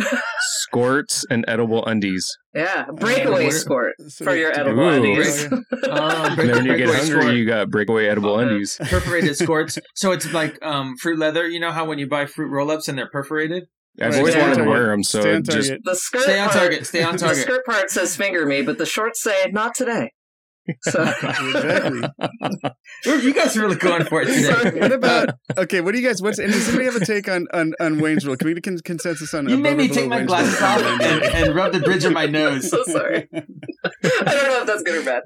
S4: Squirts and edible undies.
S2: Yeah, a breakaway
S3: Yeah.
S2: skirt
S1: So
S2: for
S1: they-
S2: your
S1: Ooh.
S2: edible undies.
S1: Oh,
S3: Um,
S4: And then when you get
S3: breakaway
S4: hungry,
S3: squirt.
S4: you got breakaway edible
S2: Oh, yeah.
S4: undies.
S3: perforated skorts. So it's like um, fruit leather. You know how when you buy fruit roll-ups and they're perforated.
S4: I've
S1: Right,
S4: always
S2: stay on
S4: wanted to
S1: target.
S4: wear them, so
S1: Stay on
S4: it just
S1: target.
S2: The skirt
S3: Stay on
S2: part,
S3: target. Stay on
S2: The
S3: target.
S2: skirt part says finger me, but the shorts say not today. So
S1: exactly.
S3: you guys are really going for it today.
S1: what about okay? What do you guys? What's and does anybody have a take on on, on Wayne's World? Can we get con- consensus on?
S3: You made
S1: above
S3: me
S1: or
S3: take
S1: below
S3: my
S1: Wayne's
S3: glasses
S1: World?
S3: off and, and rub the bridge of my nose.
S2: so sorry. I don't know if that's good or bad.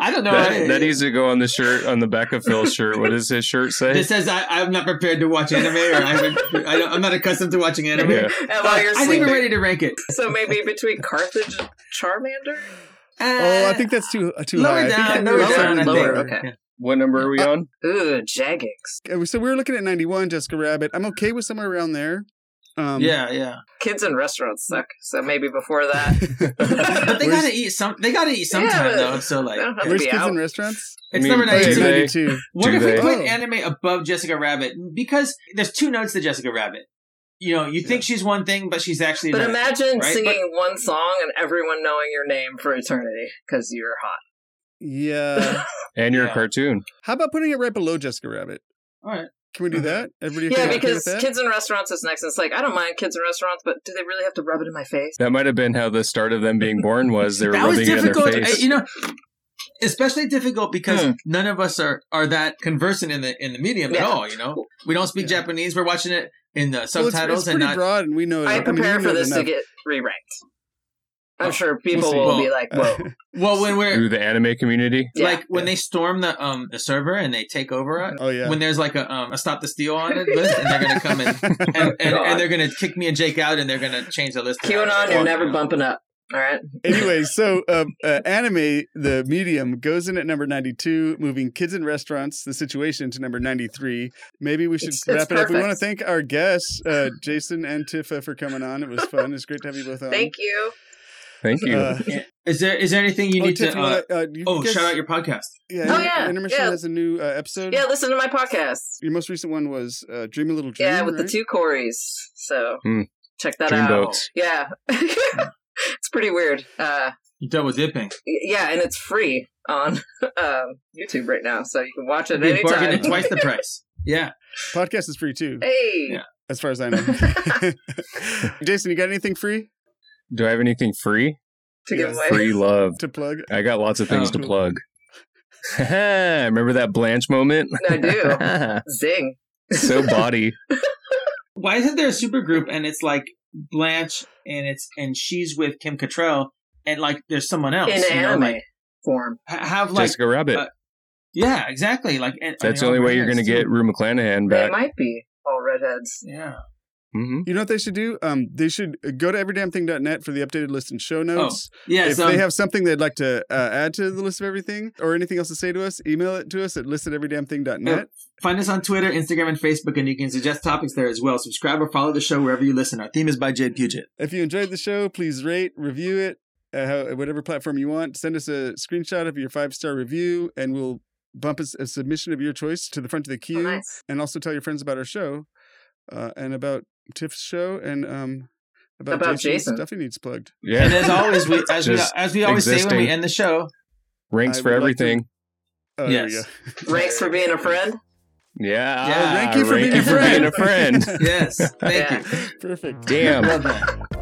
S3: I don't know. I-
S4: that, that needs to go on the shirt on the back of Phil's shirt. What does his shirt say?
S3: This says I, I'm not prepared to watch anime, or I haven't, I don't, I'm not accustomed to watching anime.
S4: Yeah.
S2: and while you're
S3: I think
S2: sleeping,
S3: we're ready to rank it.
S2: so maybe between Carthage and Charmander.
S3: Eh.
S1: Oh, I think that's too uh, too high.
S3: lower
S1: I think
S3: down,
S1: that
S3: lower
S1: was
S3: down. I
S1: something
S3: think.
S2: lower, okay.
S3: Yeah.
S4: What number are we
S1: Uh,
S4: on?
S2: Ooh, Jaggings.
S1: Okay, uh, So we were looking at 91, Jessica Rabbit. I'm okay with somewhere around there. Um,
S3: yeah, yeah.
S2: Kids in restaurants suck. So maybe before that,
S3: But they
S1: Where's-
S3: gotta eat some. They gotta eat sometime
S2: but-
S3: though. So
S2: I
S3: like,
S2: don't have to
S1: Where's
S2: be
S1: kids
S2: out.
S1: in restaurants?
S3: it's
S4: mean,
S3: number
S1: Oh, yeah,
S4: do
S3: ninety-two.
S4: they-
S1: 92.
S3: What
S4: Do
S3: if we
S4: they?
S3: put
S1: Oh.
S3: anime above Jessica Rabbit? Because there's two notes to Jessica Rabbit. You know, you think she's one thing, but she's actually.
S2: But
S3: another.
S2: imagine
S3: Right,
S2: singing one song and everyone knowing your name for eternity because you're hot.
S1: Yeah.
S4: And you're
S3: Yeah.
S4: a cartoon.
S1: How about putting it right below Jessica Rabbit?
S3: All right.
S1: Can we do that? Everybody
S2: yeah,
S1: okay with
S2: because
S1: that?
S2: kids in restaurants is next. It's like I don't mind kids in restaurants, but do they really have to rub it in my face?
S4: That might have been how the start of them being born was. They were
S3: that was
S4: rubbing it in their
S3: difficult. uh, I-
S4: face.
S3: You know, especially difficult because
S2: Hmm.
S3: none of us are are that conversant in the in the medium at
S2: Yeah.
S3: all. You know, we don't speak
S1: Yeah.
S3: Japanese. We're watching it in the
S1: Well,
S3: subtitles
S1: it's, it's
S3: and
S1: pretty
S3: not.
S1: broad, and we know.
S2: I
S1: mean, we
S2: prepare
S1: know
S2: for this to
S1: enough.
S2: get re-ranked. I'm
S3: Oh,
S2: sure people
S1: see.
S2: will be
S3: Well,
S2: like, "Whoa,
S3: Well, when we're
S4: Through the anime community.
S2: yeah.
S3: like when they storm the um the server and they take over it.
S1: oh yeah.
S3: When there's like a, um, a stop the steal on it list, and they're gonna come and and, and, and they're gonna kick me and Jake out, and they're gonna change the list. to-
S2: QAnon, you're
S1: Well,
S2: never bumping up." All right,
S1: anyway, so uh, uh, anime, the medium, goes in at number 92, moving kids in restaurants, the situation, to number 93. Maybe we should
S2: It's- it's
S1: wrap it up. We
S2: perfect.
S1: want to thank our guests, uh, Jason and Tifa, for coming on. It was fun. It's great to have you both on.
S2: thank you.
S4: Thank you.
S1: Uh,
S3: Is there is there anything you
S1: oh,
S3: need
S1: Tiff,
S3: to?
S1: you
S3: Uh,
S1: wanna, uh, you
S3: oh,
S1: guys-
S3: shout out your podcast.
S1: yeah,
S2: Oh,
S1: Inter-
S2: yeah,
S1: Intermission
S2: yeah.
S1: has a new uh, episode.
S2: Yeah, listen to my podcast.
S1: Your most recent one was uh, Dream a Little Dream.
S2: Yeah, with
S1: right?
S2: the two Corys. So
S4: Hmm.
S2: check that out.
S4: Dreamboats.
S2: Yeah, it's pretty weird. Uh,
S3: You double dipping.
S2: y- yeah, and it's free on um, YouTube right now, so you can watch it
S3: Be bargaining
S2: anytime.
S3: twice the price. Yeah.
S1: Podcast is free too,
S2: Hey,
S3: Yeah.
S1: as far as I know. Jason, you got anything free
S4: Do I have anything free?
S2: to
S1: Yeah.
S2: give away.
S4: Free love.
S1: to plug?
S4: I got lots of things
S3: Oh.
S4: to plug. Remember that Blanche moment?
S2: I do. Zing.
S4: so body.
S3: Why isn't there a super group and it's like Blanche and it's and she's with Kim Cattrall and like there's someone else
S2: In
S3: you know,
S2: anime
S3: like,
S2: form.
S3: ha- have like
S4: Jessica Rabbit.
S3: uh, yeah exactly like and, and
S4: That's the
S3: they're
S4: only
S3: all
S4: way you're going to
S3: redheads,
S4: get
S3: too.
S4: Rue McClanahan
S2: They
S4: back.
S2: might be all redheads.
S3: yeah
S4: hmm
S1: You know what they should do? Um, they should go to everydamnthing.net for the updated list and
S2: Oh,
S1: show notes.
S3: yeah
S1: if
S3: so
S1: they have something they'd like to uh, add to the list of everything or anything else to say to us, email it to us at list at everydamnthing.net.
S3: find us on Twitter Instagram and Facebook and you can suggest topics there as well subscribe or follow the show wherever you listen our theme is by Jade Puget
S1: If you enjoyed the show, please rate, review it, uh, how, whatever platform you want. Send us a screenshot of your five star review, and we'll bump a, s- a submission of your choice to the front of the
S2: Oh,
S1: queue.
S2: nice.
S1: And also tell your friends about our show uh, and about Tiff's show and um, about,
S2: About
S1: Jason's
S2: Jason.
S1: stuff he needs plugged.
S3: and
S4: Yeah.
S3: as always we as we
S4: Just
S3: as we always say when we
S4: existing.
S3: end the show
S4: Ranks
S1: I
S4: for
S1: would like to-
S4: everything.
S1: Oh,
S3: Yes.
S2: Ranks for being a friend.
S4: yeah.
S3: Yeah,
S1: Oh, thank you Uh, for
S4: rank
S1: being a
S4: you for
S1: friend.
S4: being a friend.
S3: yes thank
S2: Yeah.
S3: you
S1: Perfect.
S4: Damn.
S3: love that